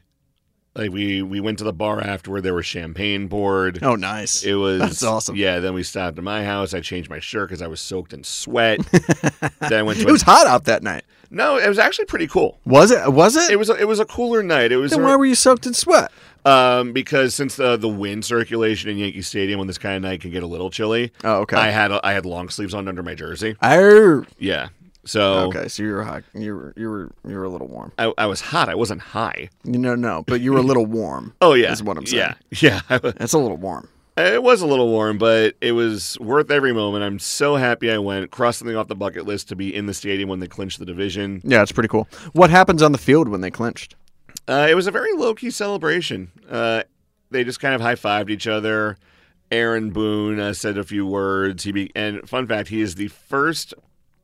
S2: Like we we went to the bar afterward. There was champagne poured.
S3: Oh, nice.
S2: It was
S3: That's awesome.
S2: Yeah. Then we stopped at my house. I changed my shirt because I was soaked in sweat. then I went to
S3: It was hot out that night.
S2: no. It was actually pretty cool.
S3: Was it? Was it?
S2: It was a, it was a cooler night. It was
S3: then why were you soaked in sweat?
S2: um, because since the the wind circulation in Yankee Stadium on this kind of night can get a little chilly.
S3: Oh, okay.
S2: I had I had long sleeves on under my jersey.
S3: Arr.
S2: Yeah. So
S3: Okay, so you were hot. You were you were you were a little warm.
S2: I, I was hot. I wasn't high.
S3: You know, no, but you were a little warm.
S2: Oh yeah.
S3: Is what I'm saying.
S2: Yeah. Yeah.
S3: That's a little warm.
S2: It was a little warm, but it was worth every moment. I'm so happy I went. Crossed something off the bucket list to be in the stadium when they clinched the division.
S3: Yeah, it's pretty cool. What happens on the field when they clinched?
S2: Uh, it was a very low key celebration. Uh, they just kind of high fived each other. Aaron Boone uh, said a few words. He be- and fun fact, he is the first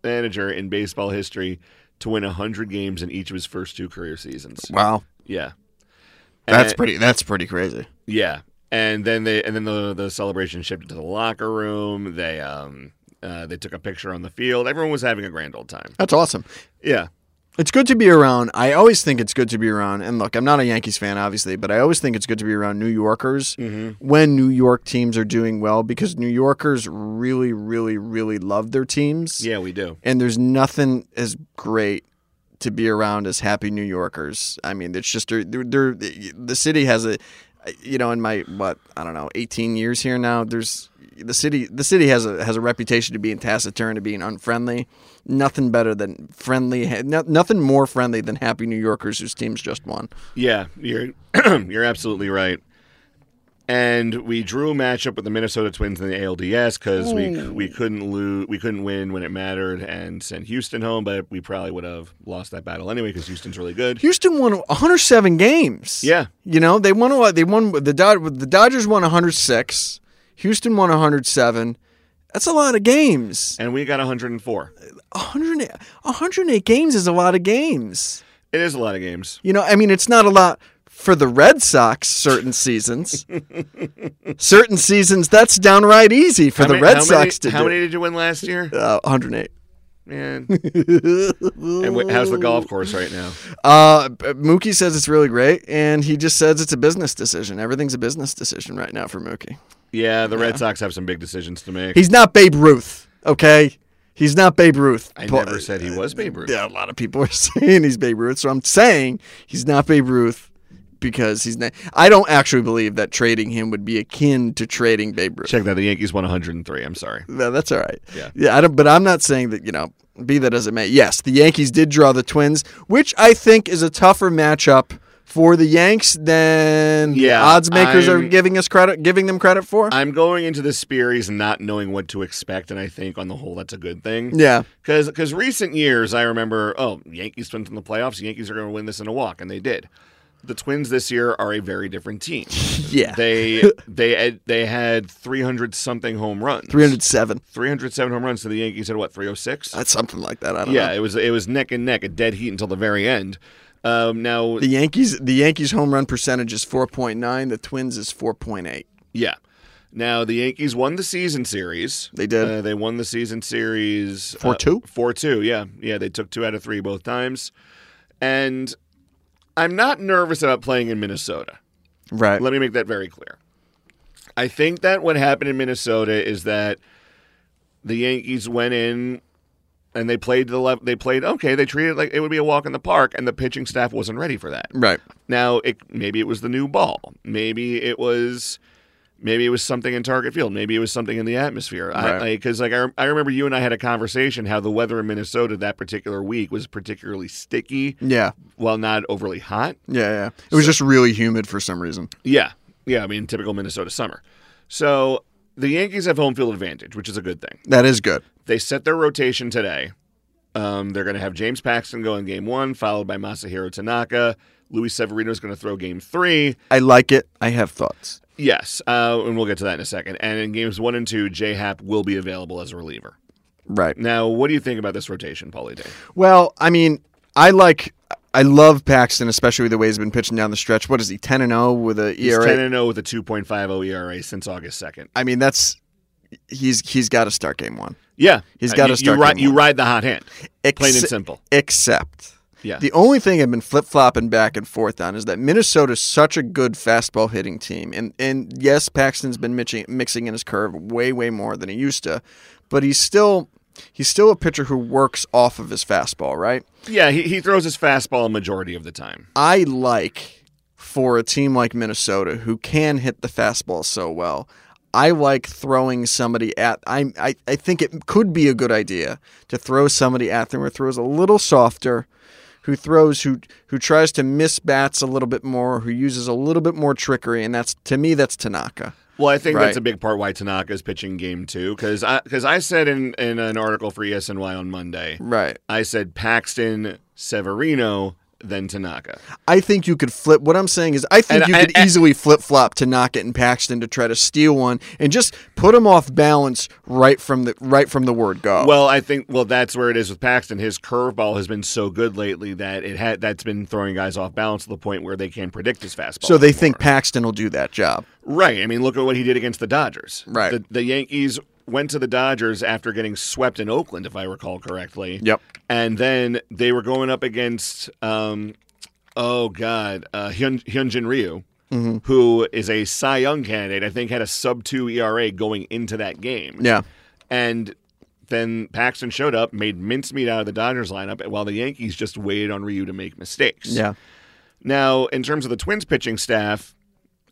S2: manager in baseball history to win hundred games in each of his first two career seasons.
S3: Wow.
S2: Yeah,
S3: That's
S2: And-
S3: pretty that's pretty crazy.
S2: yeah. And then they and then the the celebration shifted to the locker room. They um uh, they took a picture on the field. Everyone was having a grand old time.
S3: That's awesome.
S2: Yeah,
S3: It's good to be around. I always think it's good to be around. And look, I'm not a Yankees fan, obviously, but I always think it's good to be around New Yorkers when New York teams are doing well because New Yorkers really, really, really love their teams.
S2: yeah, we do.
S3: And there's nothing as great to be around as happy New Yorkers. I mean, it's just they're, they're, the city has a, you know, in my what I don't know, 18 years here now. There's the city. The city has a has a reputation to being taciturn, to being unfriendly. Nothing better than friendly. No, nothing more friendly than happy New Yorkers whose teams just won.
S2: Yeah, you're you're absolutely right. And we drew a matchup with the Minnesota Twins in the ALDS because we we couldn't lose, we couldn't win when it mattered, and sent Houston home. But we probably would have lost that battle anyway because Houston's really good.
S3: Houston won 107 games.
S2: Yeah.
S3: You know, they won a lot. They won the Dod- the Dodgers won 106. Houston won 107. That's a lot of games.
S2: And we got 104.
S3: 108, 108 games is a lot of games.
S2: It is a lot of games.
S3: You know, I mean, it's not a lot for the Red Sox certain seasons. certain seasons, that's downright easy for
S2: How
S3: the
S2: many-
S3: Red
S2: how
S3: Sox
S2: Many,
S3: to
S2: how
S3: do.
S2: many did you win last year?
S3: Uh, 108.
S2: Man, and wh- how's the golf course right now?
S3: Uh, Mookie says it's really great, and he just says it's a business decision. Everything's a business decision right now for Mookie.
S2: Yeah, the Red Sox have some big decisions to make.
S3: He's not Babe Ruth, okay? He's not Babe Ruth.
S2: I
S3: But- uh,
S2: never said he was Babe Ruth.
S3: Yeah, a lot of people are saying he's Babe Ruth. So I'm saying he's not Babe Ruth because he's not. I don't actually believe that trading him would be akin to trading Babe Ruth.
S2: Check that. The Yankees won 103. I'm sorry.
S3: No, that's all right.
S2: Yeah.
S3: yeah. I don't, but I'm not saying that you know. Be that as it may, yes, the Yankees did draw the Twins, which I think is a tougher matchup for the Yanks than
S2: Yeah,
S3: the odds makers are
S2: I'm-
S3: giving us credit, giving them credit for.
S2: I'm going into this series not knowing what to expect, and I think on the whole that's a good thing.
S3: yeah,
S2: Because recent years, I remember, oh, Yankees went in the playoffs. Yankees are going to win this in a walk, and they did. The Twins this year are a very different team.
S3: yeah,
S2: They they had, they had 300 something home runs.
S3: three hundred seven.
S2: 307 home runs to the Yankees had what 306.
S3: That's something like that. I don't
S2: Yeah,
S3: know.
S2: it was it was neck and neck, a dead heat until the very end. Um, now,
S3: The Yankees the Yankees home run percentage is 4.9, the Twins is 4.8.
S2: yeah. Now the Yankees won the season series.
S3: They did.
S2: Uh, they won the season series uh,
S3: 4-2?
S2: Four two. Yeah, yeah. They took two out of three both times, and I'm not nervous about playing in Minnesota.
S3: Right.
S2: Let me make that very clear. I think that what happened in Minnesota is that the Yankees went in and they played the left. They played okay. They treated it like it would be a walk in the park, and the pitching staff wasn't ready for that.
S3: Right.
S2: Now, it maybe it was the new ball. Maybe it was maybe it was something in target field. Maybe it was something in the atmosphere. I,
S3: Right.
S2: like, 'cause, like I, I remember you and I had a conversation how the weather in Minnesota that particular week was particularly sticky
S3: Yeah.
S2: while not overly hot.
S3: Yeah, yeah. It was just really humid for some reason.
S2: Yeah. Yeah, I mean typical Minnesota summer. So, the Yankees have home field advantage, which is a good thing.
S3: That is good.
S2: They set their rotation today. Um, they're going to have James Paxton go in game one, followed by Masahiro Tanaka. Luis Severino is going to throw game three.
S3: I like it. I have thoughts.
S2: Yes, uh, and we'll get to that in a second. And in games one and two, J Hap will be available as a reliever.
S3: Right.
S2: Now, what do you think about this rotation, Paulie Day?
S3: Well, I mean, I like I love Paxton, especially the way he's been pitching down the stretch. What is he, ten and zero with a
S2: He's
S3: ERA?
S2: ten and zero with a two point five oh zero ERA since August second.
S3: I mean, that's he's he's got to start game one.
S2: Yeah, Uh,
S3: He's gotta
S2: you-
S3: start
S2: You, ride,
S3: game
S2: you
S3: one.
S2: ride the hot hand, plain and
S3: Exce-
S2: simple.
S3: Except
S2: Yeah,
S3: the only thing I've been flip flopping back and forth on is that Minnesota's such a good fastball hitting team, and and yes, Paxton's been mixing mixing in his curve way way more than he used to, but he's still he's still a pitcher who works off of his fastball, right?
S2: yeah. He, he throws his fastball a majority of the time.
S3: I like for a team like Minnesota who can hit the fastball so well. I like throwing somebody at I, I I think it could be a good idea to throw somebody at them who throws a little softer, who throws who who tries to miss bats a little bit more, who uses a little bit more trickery, and that's to me that's Tanaka.
S2: Well, I think that's
S3: Right.
S2: a big part why Tanaka is pitching game two because I because I said in in an article for E ESNY on Monday,
S3: Right.
S2: I said Paxton, Severino, then Tanaka.
S3: I think you could flip. What I'm saying is, I think
S2: And-
S3: you
S2: and-
S3: could easily flip flop to knock it and Paxton to try to steal one and just put him off balance right from the right from the word go.
S2: Well, I think well that's where it is with Paxton. His curveball has been so good lately that it had that's been throwing guys off balance to the point where they can't predict his fastball.
S3: so they
S2: anymore.
S3: think Paxton will do that job.
S2: right. I mean, look at what he did against the Dodgers.
S3: Right.
S2: The, the Yankees went to the Dodgers after getting swept in Oakland, if I recall correctly.
S3: Yep.
S2: And then they were going up against um, oh god, uh, Hyun, Hyunjin Ryu.
S3: Mm-hmm.
S2: who is a Cy Young candidate? I think had a sub two ERA going into that game.
S3: Yeah.
S2: And then Paxton showed up, made mincemeat out of the Dodgers lineup, while the Yankees just waited on Ryu to make mistakes.
S3: Yeah.
S2: Now, in terms of the Twins pitching staff,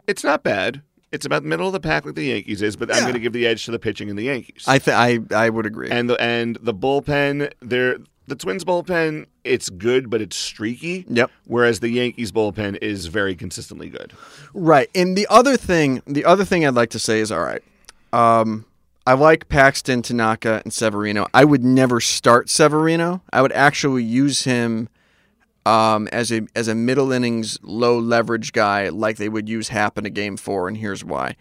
S2: it's not bad. It's about the middle of the pack like the Yankees is, but I'm
S3: Yeah.
S2: going to give the edge to the pitching in the Yankees.
S3: I th- I I would agree.
S2: and the and the bullpen, they're the Twins bullpen, it's good, but it's streaky.
S3: Yep.
S2: Whereas the Yankees bullpen is very consistently good.
S3: Right. And the other thing, the other thing I'd like to say is, all right, um, I like Paxton, Tanaka, and Severino. I would never start Severino. I would actually use him um, as a as a middle innings, low leverage guy, like they would use Happ in a game four. And here's why: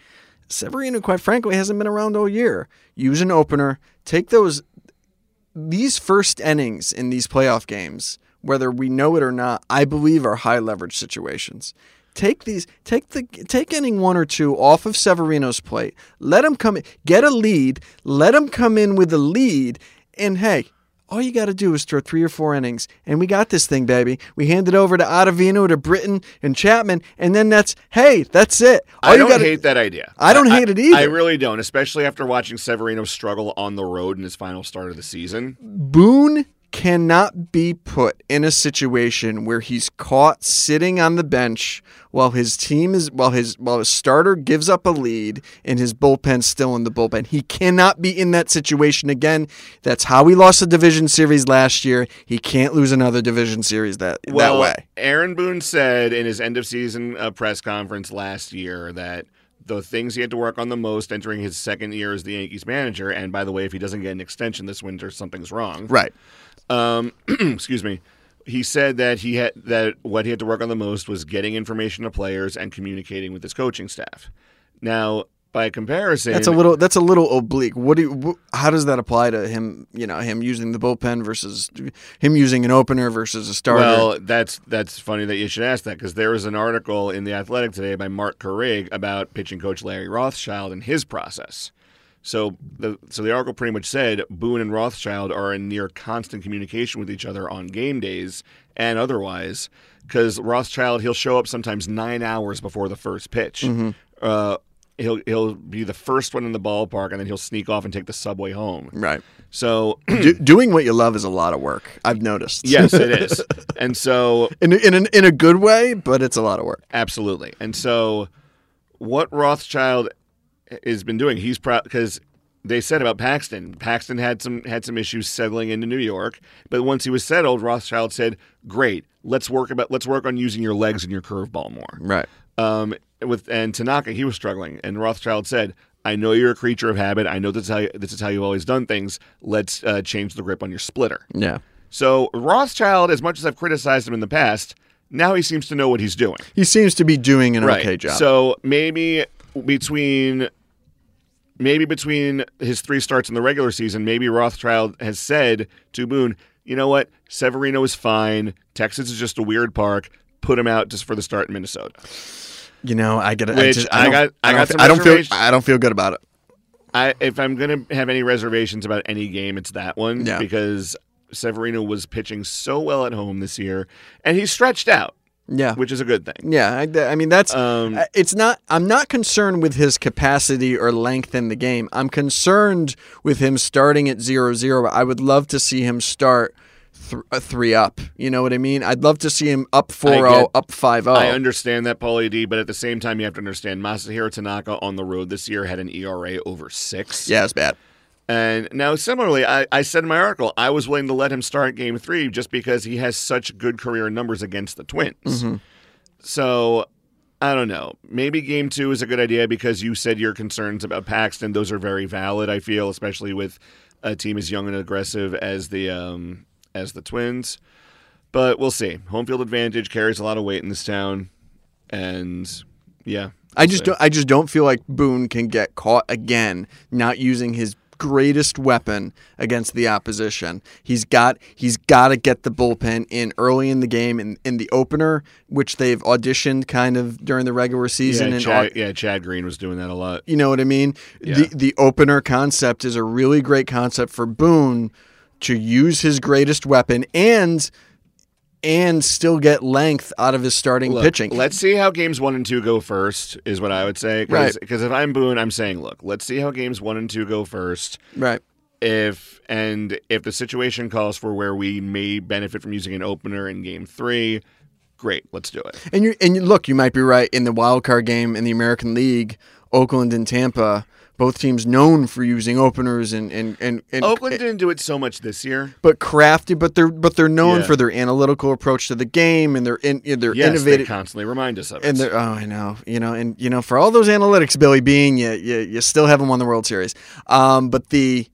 S3: Severino, quite frankly, hasn't been around all year. Use an opener. Take those these first innings in these playoff games, whether we know it or not, I believe are high leverage situations. Take these, take the, take inning one or two off of Severino's plate. Let him come in, get a lead. Let him come in with a lead, and hey, all you got to do is throw three or four innings, and we got this thing, baby. We hand it over to Ottavino, to Britton, and Chapman, and then that's hey, that's it. All
S2: I
S3: you
S2: don't
S3: gotta-
S2: hate that idea.
S3: I don't hate it either.
S2: I really don't, especially after watching Severino struggle on the road in his final start of the season.
S3: Boone cannot be put in a situation where he's caught sitting on the bench while his team is while his while his starter gives up a lead and his bullpen's still in the bullpen. He cannot be in that situation again. That's how he lost the division series last year. He can't lose another division series that that way.
S2: Aaron Boone said in his end of season uh, press conference last year that the things he had to work on the most entering his second year as the Yankees manager, and by the way, if he doesn't get an extension this winter, something's wrong.
S3: Right.
S2: Um, excuse me. He said that he had that what he had to work on the most was getting information to players and communicating with his coaching staff. Now, by comparison,
S3: That's a little. That's a little oblique. What do? You, wh- how does that apply to him? You know, him using the bullpen versus him using an opener versus a starter.
S2: Well, that's that's funny that you should ask that because there was an article in the Athletic today by Mark Carrig about pitching coach Larry Rothschild and his process. So the so the article pretty much said Boone and Rothschild are in near constant communication with each other on game days and otherwise because Rothschild he'll show up sometimes nine hours before the first pitch. Uh, he'll he'll be the first one in the ballpark and then he'll sneak off and take the subway home.
S3: right.
S2: So
S3: Do, doing what you love is a lot of work. I've noticed.
S2: yes, it is, and so
S3: in in an, in a good way, but it's a lot of work.
S2: Absolutely. And so, what Rothschild has been doing, he's proud because they said about Paxton. Paxton had some had some issues settling into New York, but once he was settled, Rothschild said, "Great, let's work about let's work on using your legs and your curveball more."
S3: Right.
S2: Um, with and Tanaka, he was struggling, and Rothschild said. I know you're a creature of habit. I know this is how you, this is how you've always done things. Let's uh, change the grip on your splitter.
S3: Yeah.
S2: So Rothschild, as much as I've criticized him in the past, now he seems to know what he's doing.
S3: He seems to be doing an okay job.
S2: So maybe between maybe between his three starts in the regular season, maybe Rothschild has said to Boone, you know what, Severino is fine. Texas is just a weird park. Put him out just for the start in Minnesota.
S3: you know, I get. I,
S2: Which
S3: just,
S2: I
S3: I, don't,
S2: got- I
S3: I,
S2: got
S3: don't,
S2: some
S3: I don't feel.
S2: reservations.
S3: I don't feel good about it.
S2: I, if I'm going to have any reservations about any game, it's that one
S3: Yeah.
S2: because Severino was pitching so well at home this year, and he's stretched out,
S3: Yeah.
S2: which is a good thing.
S3: Yeah. I, I mean, that's.
S2: Um,
S3: Uh, it's not i'm not concerned with his capacity or length in the game i'm concerned with him starting at zero zero. i would love to see him start th- uh, three up you know what i mean i'd love to see him up 4-0
S2: get-
S3: up oh. 5-0
S2: I understand that, Paulie D, but at the same time, you have to understand Masahiro Tanaka on the road this year had an ERA over six.
S3: yeah it's bad
S2: And now, similarly, I, I said in my article, I was willing to let him start game three just because he has such good career numbers against the Twins. So I don't know. Maybe game two is a good idea because you said your concerns about Paxton. Those are very valid. I feel, especially with a team as young and aggressive as the um, as the Twins. But we'll see. Home field advantage carries a lot of weight in this town, and yeah,
S3: i just don't i just don't feel like boone can get caught again not using his greatest weapon against the opposition he's got he's got to get the bullpen in early in the game in, in the opener which they've auditioned kind of during the regular season
S2: yeah,
S3: and
S2: Chad, yeah, Chad Green was doing that a lot.
S3: You know what I mean?
S2: Yeah.
S3: The the opener concept is a really great concept for Boone to use his greatest weapon and and still get length out of his starting
S2: Look,
S3: pitching.
S2: Let's see how games one and two go first, is what I would say.
S3: Right.
S2: Because if I'm Boone, I'm saying, look, let's see how games one and two go first.
S3: right.
S2: If and if the situation calls for where we may benefit from using an opener in game three, great, let's do it.
S3: And you and you, look, you might be right in the wild card game in the American League, Oakland and Tampa, both teams known for using openers and and and, and
S2: Oakland didn't do it so much this year.
S3: but crafty, but they're but they're known
S2: Yeah.
S3: for their analytical approach to the game and their in their
S2: Yes,
S3: innovative
S2: they constantly remind us of
S3: And
S2: it.
S3: they're, oh, I know, you know, and you know, for all those analytics, Billy Bean, you you, you still haven't won the World Series. Um, but the,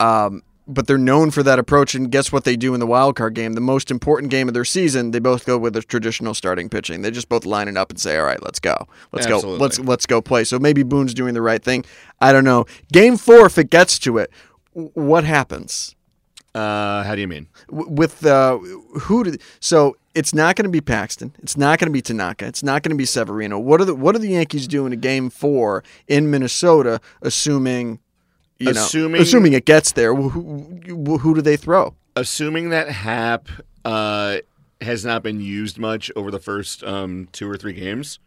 S3: um, but they're known for that approach. And guess what they do in the wild card game, the most important game of their season? They both go with the traditional starting pitching. They just both line it up and say, "All right, let's go, let's
S2: Absolutely.
S3: go, let's let's go play." So maybe Boone's doing the right thing. I don't know. Game four, if it gets to it, w- what happens?
S2: uh, how do you mean?
S3: w- with the who did so it's not going to be Paxton. It's not going to be Tanaka. It's not going to be Severino. What are the what are the Yankees doing in Game Four in Minnesota? Assuming you
S2: Assuming-
S3: know, assuming it gets there, who, who, who do they throw?
S2: Assuming that Hap uh, has not been used much over the first um, two or three games.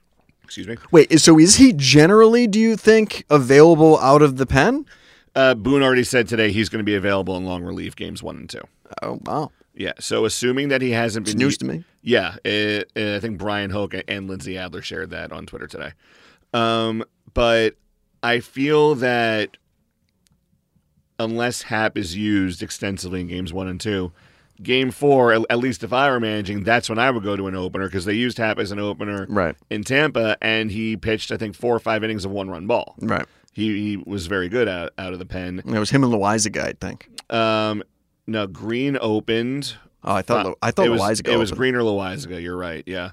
S2: Excuse me.
S3: Wait, is- so is he generally, do you think, available out of the pen?
S2: Uh, Boone already said today he's going to be available in long relief games one and two.
S3: Oh wow,
S2: Yeah. So assuming that he hasn't been
S3: it's news to me.
S2: Yeah, it, it- I think Brian Hoke and Lindsay Adler shared that on Twitter today. Um, but I feel that unless Hap is used extensively in games one and two, game four, at, at least if I were managing, that's when I would go to an opener because they used Hap as an opener
S3: Right,
S2: in Tampa, and he pitched I think four or five innings of one run ball.
S3: right.
S2: He, he was very good out, out of the pen.
S3: It was him and Loizaga, I think.
S2: Um, now Green opened
S3: Oh, I thought
S2: Uh,
S3: Lo- I thought
S2: it was,
S3: Loizaga.
S2: It was
S3: opened.
S2: Green or Loizaga. You're right. Yeah.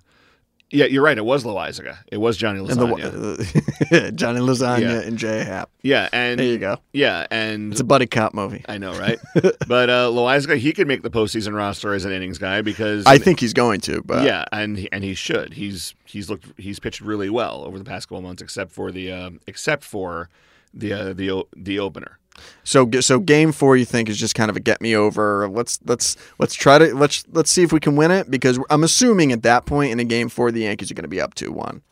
S2: Yeah, you're right. It was Loizaga. It was Johnny Lasagna.
S3: And the, the Johnny Lasagna
S2: Yeah.
S3: and Jay Happ.
S2: yeah, and
S3: There you go.
S2: yeah, and
S3: It's a buddy cop movie.
S2: I know, right? but uh, Loizaga, he could make the postseason roster as an innings guy because
S3: I think he's going to, but
S2: yeah, and he, and he should. He's he's looked he's pitched really well over the past couple months, except for the uh, except for the uh, the o- the opener.
S3: So g- so game four, you think is just kind of a get me over. Let's let's let's try to let's let's see if we can win it because I'm assuming at that point in a game four, the Yankees are going to be up two one.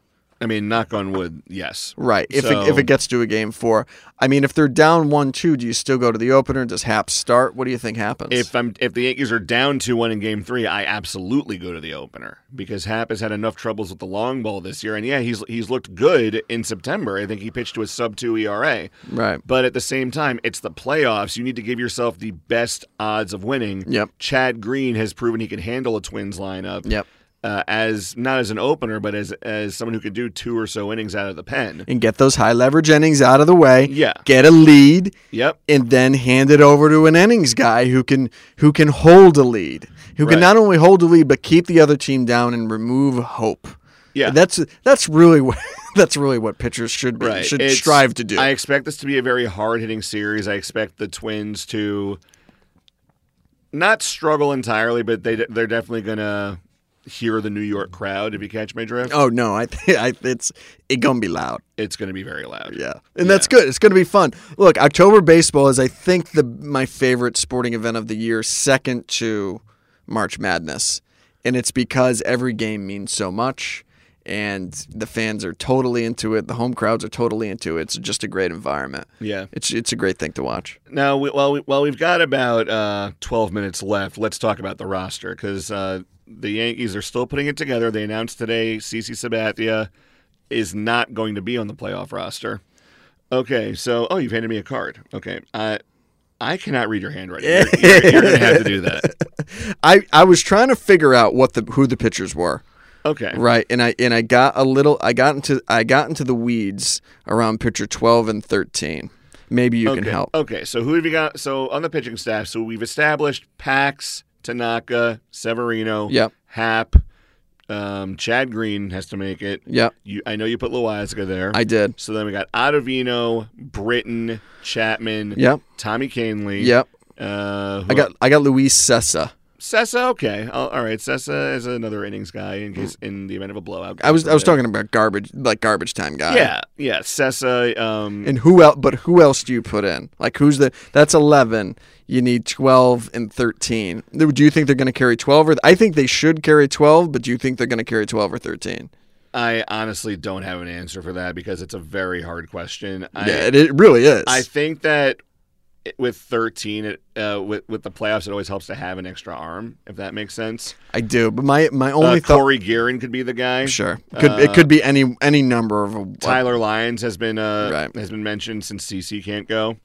S2: I mean, knock on wood, yes.
S3: Right. If
S2: So-
S3: it, if it gets to a game four, I mean, if they're down one two, do you still go to the opener? Does Hap start? What do you think happens?
S2: If I'm if the Yankees are down two one in Game Three, I absolutely go to the opener because Hap has had enough troubles with the long ball this year, and yeah, he's he's looked good in September. I think he pitched to a sub two ERA,
S3: right.
S2: but at the same time, it's the playoffs. You need to give yourself the best odds of winning.
S3: Yep.
S2: Chad Green has proven he can handle a Twins lineup.
S3: Yep.
S2: Uh, as not as an opener, but as as someone who can do two or so innings out of the pen.
S3: And get those high leverage innings out of the way.
S2: Yeah.
S3: Get a lead.
S2: Yep.
S3: and then hand it over to an innings guy who can who can hold a lead, who
S2: Right.
S3: can not only hold a lead but keep the other team down and remove hope.
S2: Yeah.
S3: that's that's really what that's really what pitchers should be,
S2: right.
S3: should
S2: It's-
S3: strive to do.
S2: I expect this to be a very hard hitting series. I expect the Twins to not struggle entirely, but they they're definitely gonna hear the New York crowd. If you catch my drift,
S3: oh no, I, th- I it's it gonna be loud.
S2: it's gonna be very loud.
S3: Yeah, and that's good. It's going to be fun. Look, October baseball is, I think, the my favorite sporting event of the year, second to March Madness, and it's because every game means so much, and the fans are totally into it. The home crowds are totally into it. It's just a great environment.
S2: Yeah.
S3: It's it's a great thing to watch.
S2: Now, we, while we, while we've got about uh, twelve minutes left, let's talk about the roster because uh, the Yankees are still putting it together. They announced today CC Sabathia is not going to be on the playoff roster. Okay, so oh, you've handed me a card. Okay, I I cannot read your handwriting. You're, you're- you're gonna have to do that.
S3: I, I was trying to figure out what the who the pitchers were.
S2: Okay,
S3: Right, and I and I got a little. I got into I got into the weeds around pitcher twelve and thirteen. Maybe you
S2: okay.
S3: can help.
S2: Okay, so who have you got? So on the pitching staff, so we've established Pax, Tanaka, Severino,
S3: Yep.
S2: Hap, um, Chad Green has to make it.
S3: Yep,
S2: You, I know you put Loizaga there.
S3: I did.
S2: so then we got Ottavino, Britton, Chapman,
S3: Yep.
S2: Tommy Canley.
S3: Yep.
S2: Uh, who
S3: I got I got Luis Sessa.
S2: Sessa. Okay, I'll- all right. Sessa is another innings guy in case in the event of a blowout.
S3: I was I was talking about garbage like garbage time guy.
S2: Yeah, yeah. Sessa. Um,
S3: And who else? But who else do you put in? Like who's the? That's eleven. You need twelve and thirteen. Do you think they're going to carry twelve or? I think they should carry twelve. But do you think they're going to carry twelve or thirteen?
S2: I honestly don't have an answer for that because it's a very hard question. I,
S3: Yeah, it, it really is.
S2: I think that it- with 13, it, uh, with with the playoffs, it always helps to have an extra arm, if that makes sense.
S3: I do. But my my
S2: Uh,
S3: only thought.
S2: Corey Guerin could be the guy.
S3: Sure, could it could be any any number of. a-
S2: Tyler Lyons has been uh,
S3: Right.
S2: has been mentioned since CC can't go.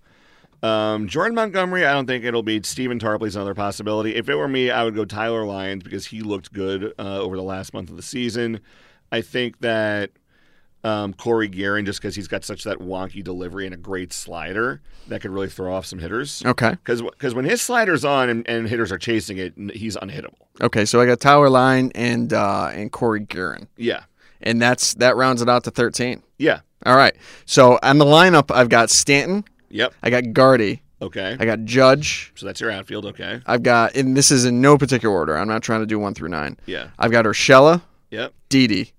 S2: Um, Jordan Montgomery, I don't think it'll be. Stephen Tarpley's another possibility. If it were me, I would go Tyler Lyons because he looked good uh, over the last month of the season. I think that um, Corey Guerin, just because he's got such that wonky delivery and a great slider, that could really throw off some hitters.
S3: Okay.
S2: Because when his slider's on and, and hitters are chasing it, n- he's unhittable.
S3: Okay. So I got Tyler Line and uh, and Corey Guerin,
S2: Yeah,
S3: and that's that rounds it out to thirteen.
S2: yeah,
S3: All right. So on the lineup, I've got Stanton.
S2: yep,
S3: I got Guardy.
S2: okay.
S3: I got Judge.
S2: So that's your outfield, okay?
S3: I've got, and this is in no particular order. I'm not trying to do one through nine.
S2: Yeah,
S3: I've got Urshela,
S2: yep,
S3: Didi,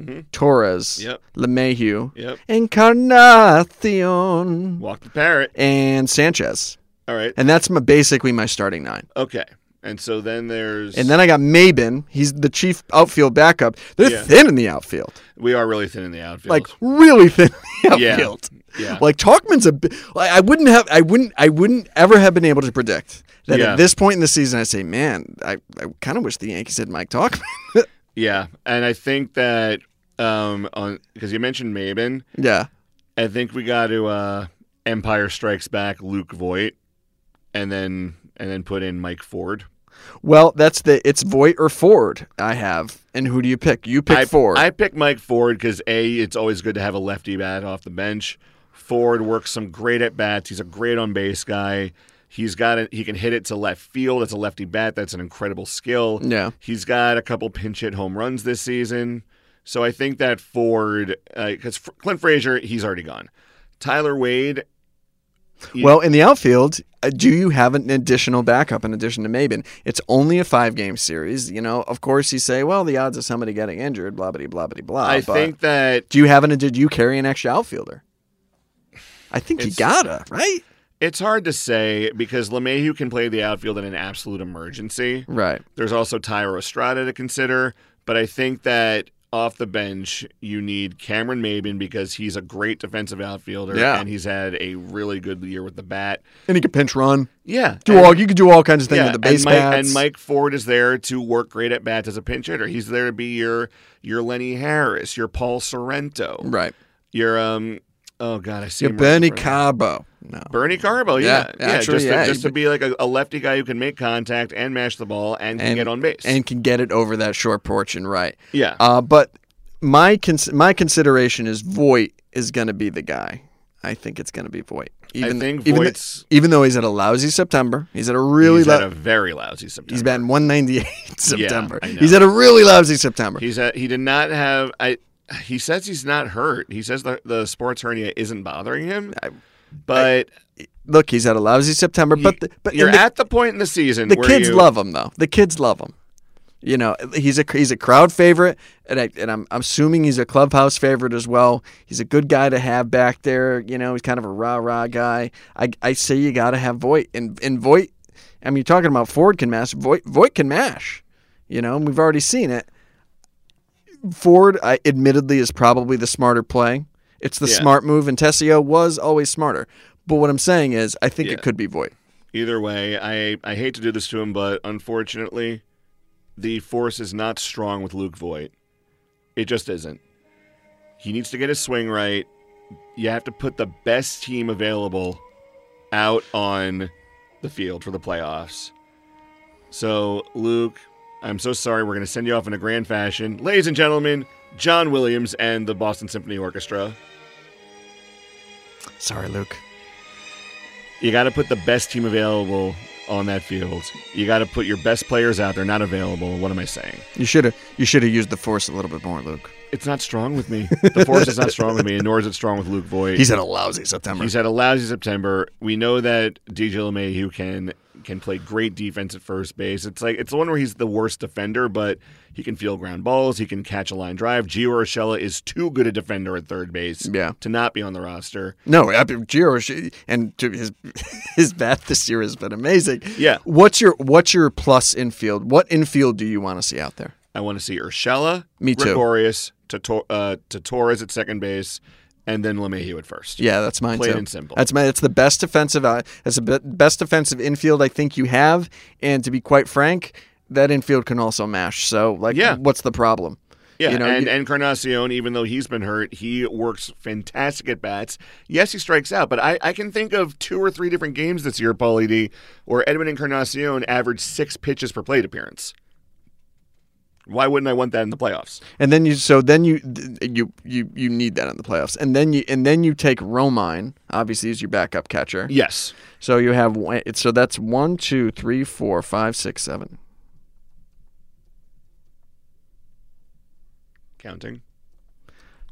S2: Mhm.
S3: Torres,
S2: Yep.
S3: LeMahieu,
S2: yep.
S3: Encarnacion,
S2: Walk the parrot.
S3: and Sanchez.
S2: All right.
S3: And that's my basically my starting nine.
S2: Okay. And so then there's
S3: And then I got Mabin. He's the chief outfield backup. They're
S2: Yeah.
S3: thin in the outfield,
S2: we are really thin in the outfield.
S3: like really thin in the
S2: yeah,
S3: outfield.
S2: yeah,
S3: Like Talkman's a, bi- like, I wouldn't have, I wouldn't, I wouldn't ever have been able to predict that
S2: Yeah.
S3: at this point in the season. I say, man, I, I kind of wish the Yankees had Mike Talkman.
S2: yeah. And I think that um on because you mentioned Maben,
S3: yeah,
S2: I think we got to uh Empire Strikes Back Luke Voigt, and then and then put in Mike Ford.
S3: Well, that's the it's Voight or Ford I have. And who do you pick? You pick
S2: I,
S3: Ford.
S2: I pick Mike Ford because a it's always good to have a lefty bat off the bench. Ford works some great at bats. He's a great on base guy. He's got it. He can hit it to left field. That's a lefty bat. That's an incredible skill.
S3: yeah.
S2: He's got a couple pinch hit home runs this season. So I think that Ford, because Clint Frazier, he's already gone. Tyler Wade, Yeah.
S3: Well, in the outfield, uh, do you have an additional backup in addition to Maben? It's only a five game series. You know, of course, you say, well, the odds of somebody getting injured, blah, blah, blah, blah, blah.
S2: I
S3: but
S2: think that
S3: Do you have an, did you carry an extra outfielder? I think you
S2: It's-
S3: gotta, right?
S2: it's hard to say because LeMahieu can play the outfield in an absolute emergency.
S3: Right.
S2: There's also Tyro Estrada to consider, but I think that off the bench you need Cameron Maben because he's a great defensive outfielder
S3: Yeah.
S2: and he's had a really good year with the bat.
S3: And he could pinch run.
S2: Yeah.
S3: Do all, you could do all kinds of things with the base
S2: and Mike,
S3: paths.
S2: and Mike Ford is there to work great at bats as a pinch hitter. He's there to be your your Lenny Harris, your Paul Sorrento,
S3: Right.
S2: your um oh god, I see
S3: Yeah,
S2: him right in
S3: Benny
S2: front of me.
S3: Cabo. No.
S2: Bernie Carbo, yeah,
S3: Yeah,
S2: yeah,
S3: actually,
S2: just, to,
S3: yeah.
S2: just to be like a, a lefty guy who can make contact and mash the ball and, can
S3: And-
S2: get on base.
S3: And can get it over that short porch and right.
S2: yeah,
S3: Uh, but my cons- my consideration is Voight is going to be the guy. I think it's going to be Voight. Even,
S2: I think
S3: even, th-
S2: Voight's
S3: even though he's at a lousy September, he's at a really
S2: he's
S3: lou-
S2: had a very lousy September.
S3: he's batting 198
S2: Yeah,
S3: September.
S2: I know.
S3: he's at a really lousy September.
S2: He's at, he did not have I. He says he's not hurt. He says the the sports hernia isn't bothering him,
S3: I-
S2: but
S3: Look, he's at a lousy September,
S2: you-
S3: but the, but in
S2: you're
S3: the,
S2: at the point in the season
S3: the
S2: where
S3: kids
S2: you,
S3: love him though. The kids love him. You know, he's a he's a crowd favorite, and I and I'm, I'm assuming he's a clubhouse favorite as well. He's a good guy to have back there. You know, he's kind of a rah rah guy. I, I say you got to have Voight and and Voight. I mean, you're talking about Ford can mash. Voight Voight can mash. You know, and we've already seen it. Ford, I admittedly, is probably the smarter play. It's the
S2: Yeah.
S3: smart move, and Tessio was always smarter. But what I'm saying is, I think
S2: Yeah.
S3: it could be Voight.
S2: Either way, I I hate to do this to him, but unfortunately, the force is not strong with Luke Voigt. It just isn't. He needs to get his swing right. You have to put the best team available out on the field for the playoffs. So, Luke, I'm so sorry. We're going to send you off in a grand fashion. Ladies and gentlemen, John Williams and the Boston Symphony Orchestra.
S3: Sorry, Luke.
S2: You got to put the best team available on that field. You got to put your best players out there, not available. What am I saying?
S3: You should have you should have used the force a little bit more, Luke.
S2: It's not strong with me. The force is not strong with me, and nor is it strong with Luke Voigt.
S3: He's had a lousy September.
S2: He's had a lousy September. We know that DJ LeMahieu can can play great defense at first base. It's like it's the one where he's the worst defender, but he can feel ground balls. He can catch a line drive. Gio Urshela is too good a defender at third base
S3: Yeah.
S2: to not be on the roster.
S3: no, I mean, Giro she- and to his his bat this year has been amazing.
S2: Yeah.
S3: What's your what's your plus infield? What infield do you want to see out there?
S2: I want to see Urshela,
S3: Me too.
S2: Gregorius, Tator- uh, Torres at second base, and then LeMahieu at first.
S3: Yeah, that's mine
S2: Plain
S3: too.
S2: and simple.
S3: That's my. That's the best defensive. uh, That's the be- best defensive infield I think you have. And to be quite frank, that infield can also mash. So like,
S2: Yeah.
S3: what's the problem?
S2: Yeah,
S3: You know,
S2: and,
S3: you-
S2: and Encarnacion, even though he's been hurt, he works fantastic at bats. Yes, he strikes out, but I, I can think of two or three different games this year, Paulie D, where Edwin Encarnacion averaged six pitches per plate appearance. Why wouldn't I want that in the playoffs?
S3: And then you so then you you you you need that in the playoffs. And then you and then you take Romine, obviously as your backup catcher.
S2: Yes.
S3: So you have one- so that's one, two, three, four, five, six, seven.
S2: Counting.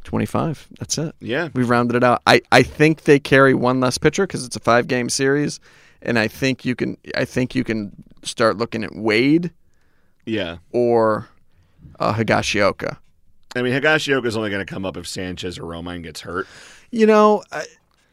S3: 25. That's it.
S2: Yeah.
S3: We've rounded it out. I, I think they carry one less pitcher because it's a five game series, and I think you can I think you can start looking at Wade
S2: Yeah.
S3: or uh, Higashioka.
S2: I mean, Higashioka's only going to come up if Sanchez or Romine gets hurt.
S3: You know, I,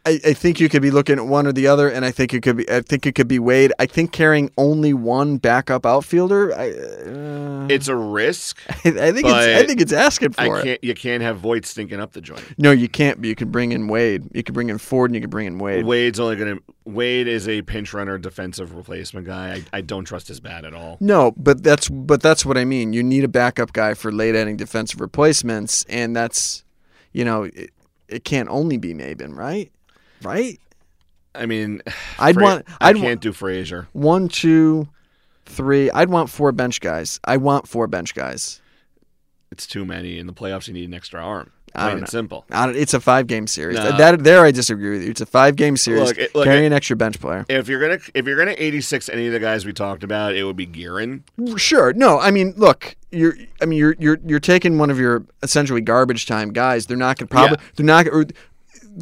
S3: I I think you could be looking at one or the other, and I think it could be I think it could be Wade. I think carrying only one backup outfielder. I uh,
S2: It's a risk.
S3: I think it's, I
S2: but
S3: think it's asking for
S2: I
S3: it.
S2: can't. You can't have Voight stinking up the joint.
S3: No, you can't. But you could bring in Wade. You could bring in Ford, and you could bring in Wade.
S2: Wade's only going to. Wade is a pinch runner, defensive replacement guy. I, I don't trust his bat at all.
S3: No, but that's but that's what I mean. You need a backup guy for late inning defensive replacements, and that's you know it, it can't only be Maben, right? Right?
S2: I mean,
S3: I'd
S2: Fra-
S3: want
S2: I
S3: I'd
S2: can't
S3: want
S2: do Frazier.
S3: one, two, three. I'd want four bench guys. I want four bench guys.
S2: It's too many in the playoffs. You need an extra arm. Plain
S3: don't
S2: and
S3: know.
S2: simple.
S3: I don't, it's a five game series.
S2: Nah.
S3: That there I disagree with you. It's a five game series.
S2: Look, it- look,
S3: Carry
S2: it-
S3: an extra bench player.
S2: If you're gonna if you're gonna 86 any of the guys we talked about, it would be Gearin.
S3: Sure. No, I mean, look, you're. I mean, you're you're you're taking one of your essentially garbage time guys. They're not gonna probably. They're not or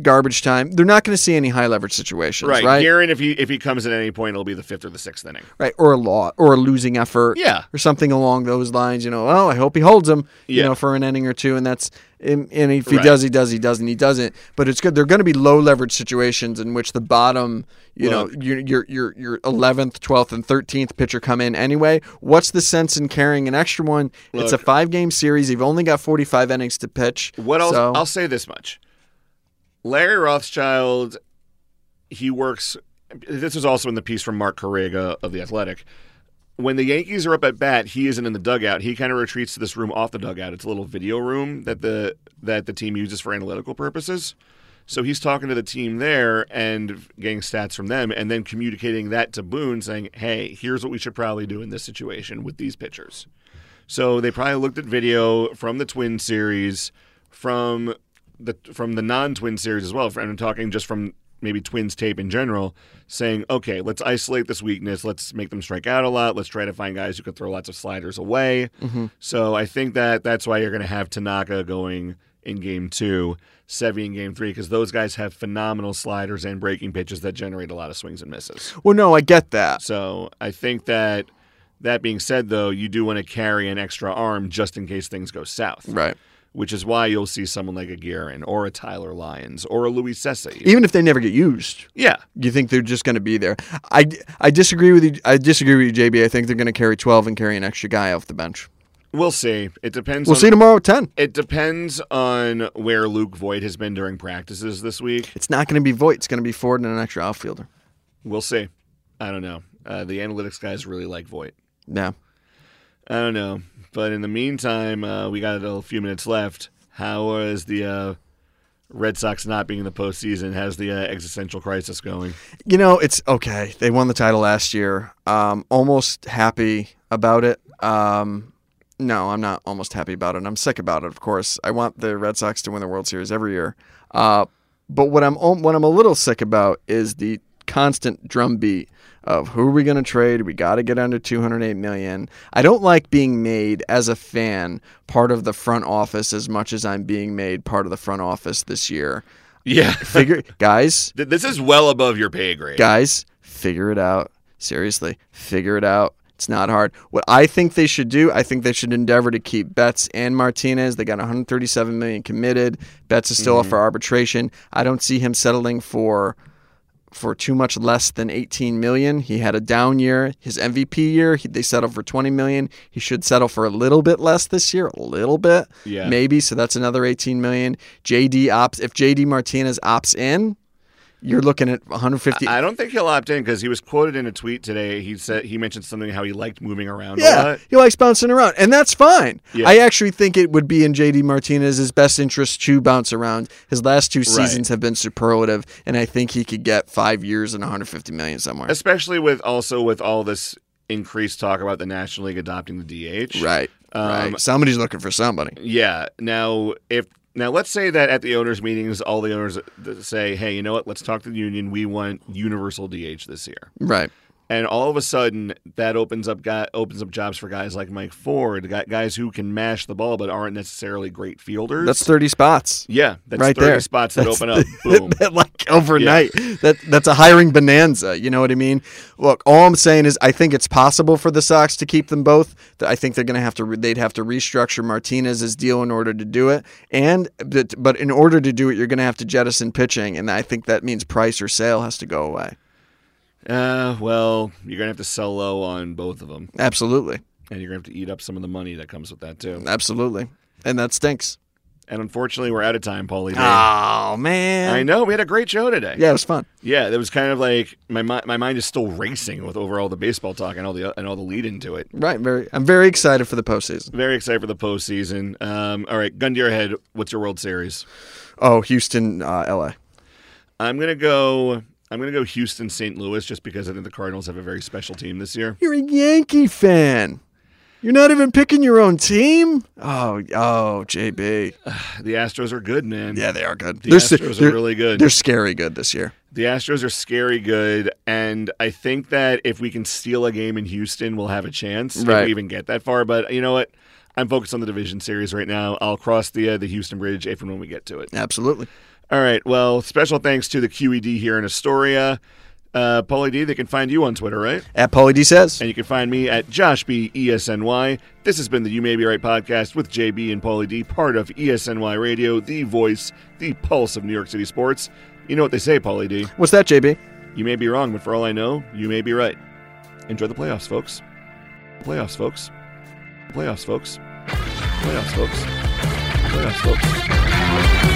S3: garbage time. They're not gonna see any high leverage situations, right?
S2: Right. Gearin, if he if he comes at any point, it'll be the fifth or the sixth inning.
S3: Right, Or a law or a losing effort.
S2: Yeah.
S3: Or something along those lines. You know. Oh, I hope he holds him. You
S2: Yeah.
S3: know, for an inning or two, and that's. And and if he
S2: Right.
S3: does, he does. He doesn't. He doesn't. But it's good. They're going to be low leverage situations in which the bottom, you know, your your your your eleventh, twelfth, and thirteenth pitcher come in anyway. What's the sense in carrying an extra one? it's a five game series. You've only got forty five innings to pitch.
S2: What else?
S3: So,
S2: I'll say this much: Larry Rothschild, he works. This is also in the piece from Mark Correga of the Athletic. When the Yankees are up at bat, he isn't in the dugout. He kind of retreats to this room off the dugout. It's a little video room that the that the team uses for analytical purposes. So he's talking to the team there and getting stats from them, and then communicating that to Boone, saying, "Hey, here's what we should probably do in this situation with these pitchers." So they probably looked at video from the twin series, from the from the non-twin series as well. And I'm talking just from maybe twins tape in general, saying, okay, let's isolate this weakness. Let's make them strike out a lot. Let's try to find guys who can throw lots of sliders away. So I think that that's why you're going to have Tanaka going in game two, Sevy in game three, because those guys have phenomenal sliders and breaking pitches that generate a lot of swings and misses.
S3: well, no, I get that.
S2: So I think that that being said, though, you do want to carry an extra arm just in case things go south,
S3: Right.
S2: which is why you'll see someone like a Guerin or a Tyler Lyons or a Louis Sessa.
S3: Even if they never get used.
S2: Yeah,
S3: You think they're just going to be there? I, I disagree with you. I disagree with you, JB. I think they're going to carry twelve and carry an extra guy off the bench.
S2: we'll see. It depends.
S3: We'll
S2: on,
S3: see tomorrow at ten.
S2: It depends on where Luke Voigt has been during practices this week.
S3: It's not going to be Voight. It's going to be Ford and an extra outfielder.
S2: We'll see. I don't know. Uh, the analytics guys really like Voigt.
S3: Yeah.
S2: I don't know. But in the meantime, uh, we got a few minutes left. How is the uh, Red Sox not being in the postseason? How's the uh, existential crisis going?
S3: You know, it's okay. They won the title last year. Um, almost happy about it. Um, no, I'm not almost happy about it. I'm sick about it. Of course, I want the Red Sox to win the World Series every year. Uh, but what I'm al- what I'm a little sick about is the constant drumbeat of who are we going to trade? We got to get under 208 million. I don't like being made as a fan part of the front office as much as I'm being made part of the front office this year.
S2: Yeah.
S3: Figure, guys.
S2: this is well above your pay grade.
S3: Guys, figure it out. Seriously, figure it out. It's not hard. What I think they should do, I think they should endeavor to keep Betts and Martinez. They got 137 million committed. Betts is still up for arbitration. I don't see him settling for for too much less than 18 million. He had a down year. His MVP year, he, they settled for 20 million. He should settle for a little bit less this year, a little bit,
S2: Yeah.
S3: maybe. So that's another 18 million. JD opts if JD Martinez opts in, you're looking at 150.
S2: I don't think he'll opt in because he was quoted in a tweet today. He said he mentioned something how he liked moving around a
S3: yeah,
S2: lot.
S3: he likes bouncing around, and that's fine.
S2: Yeah.
S3: I actually think it would be in JD Martinez's best interest to bounce around. His last two seasons have been superlative, and I think he could get five years and 150 million somewhere.
S2: Especially with also with all this increased talk about the National League adopting the DH.
S3: right,
S2: Um,
S3: right. Somebody's looking for somebody.
S2: Yeah. Now, if now let's say that at the owners' meetings, all the owners uh, th- say, "Hey, you know what? Let's talk to the union. We want universal DH this year."
S3: Right.
S2: And all of a sudden, that opens up guy, opens up jobs for guys like Mike Ford, gu- guys who can mash the ball but aren't necessarily great fielders.
S3: That's 30 spots
S2: yeah, that's
S3: right
S2: thirty
S3: there.
S2: spots that
S3: That's
S2: open up. Boom.
S3: like overnight. That that's a hiring bonanza. You know what I mean? Look, all I'm saying is I think it's possible for the Sox to keep them both. I think they're going to have to re- they'd have to restructure Martinez's deal in order to do it. And but, but in order to do it, you're going to have to jettison pitching, and I think that means price or sale has to go away.
S2: Uh, well, you're gonna have to sell low on both of them,
S3: Absolutely,
S2: and you're gonna have to eat up some of the money that comes with that too.
S3: absolutely, and that stinks.
S2: And unfortunately, we're out of time, Paulie.
S3: Oh man,
S2: I know we had a great show today.
S3: yeah, it was fun.
S2: Yeah, that was kind of like my mi- my mind is still racing with over all the baseball talk and all the and all the lead into it.
S3: Right, very. I'm very excited for the postseason.
S2: Very excited for the postseason. Um, all right, gun to your head. What's your World Series?
S3: Oh, Houston, uh, LA.
S2: I'm gonna go. I'm gonna go Houston, St. Louis, just because I think the Cardinals have a very special team this year.
S3: You're a Yankee fan. You're not even picking your own team. Oh, oh, JB.
S2: The Astros are good, man.
S3: Yeah, they are good.
S2: The
S3: they're s-
S2: Astros
S3: they're-
S2: are really good.
S3: They're scary good this year.
S2: The Astros are scary good, and I think that if we can steal a game in Houston, we'll have a chance. If
S3: Right.
S2: we even get that far, but you know what? I'm focused on the division series right now. I'll cross the uh, the Houston bridge if and when we get to it.
S3: Absolutely.
S2: All right. Well, special thanks to the QED here in Astoria. Uh, Paulie D, they can find you on Twitter, right?
S3: At Paulie D says.
S2: And you can find me at Josh B E ESNY. This has been the You May Be Right podcast with JB and Paulie D, part of E ESNY Radio, the voice, the pulse of New York City sports. You know what they say, Paulie D.
S3: What's that, JB?
S2: You may be wrong, but for all I know, you may be right. Enjoy the playoffs, folks. Playoffs, folks. Playoffs, folks. Playoffs, folks. Playoffs, folks.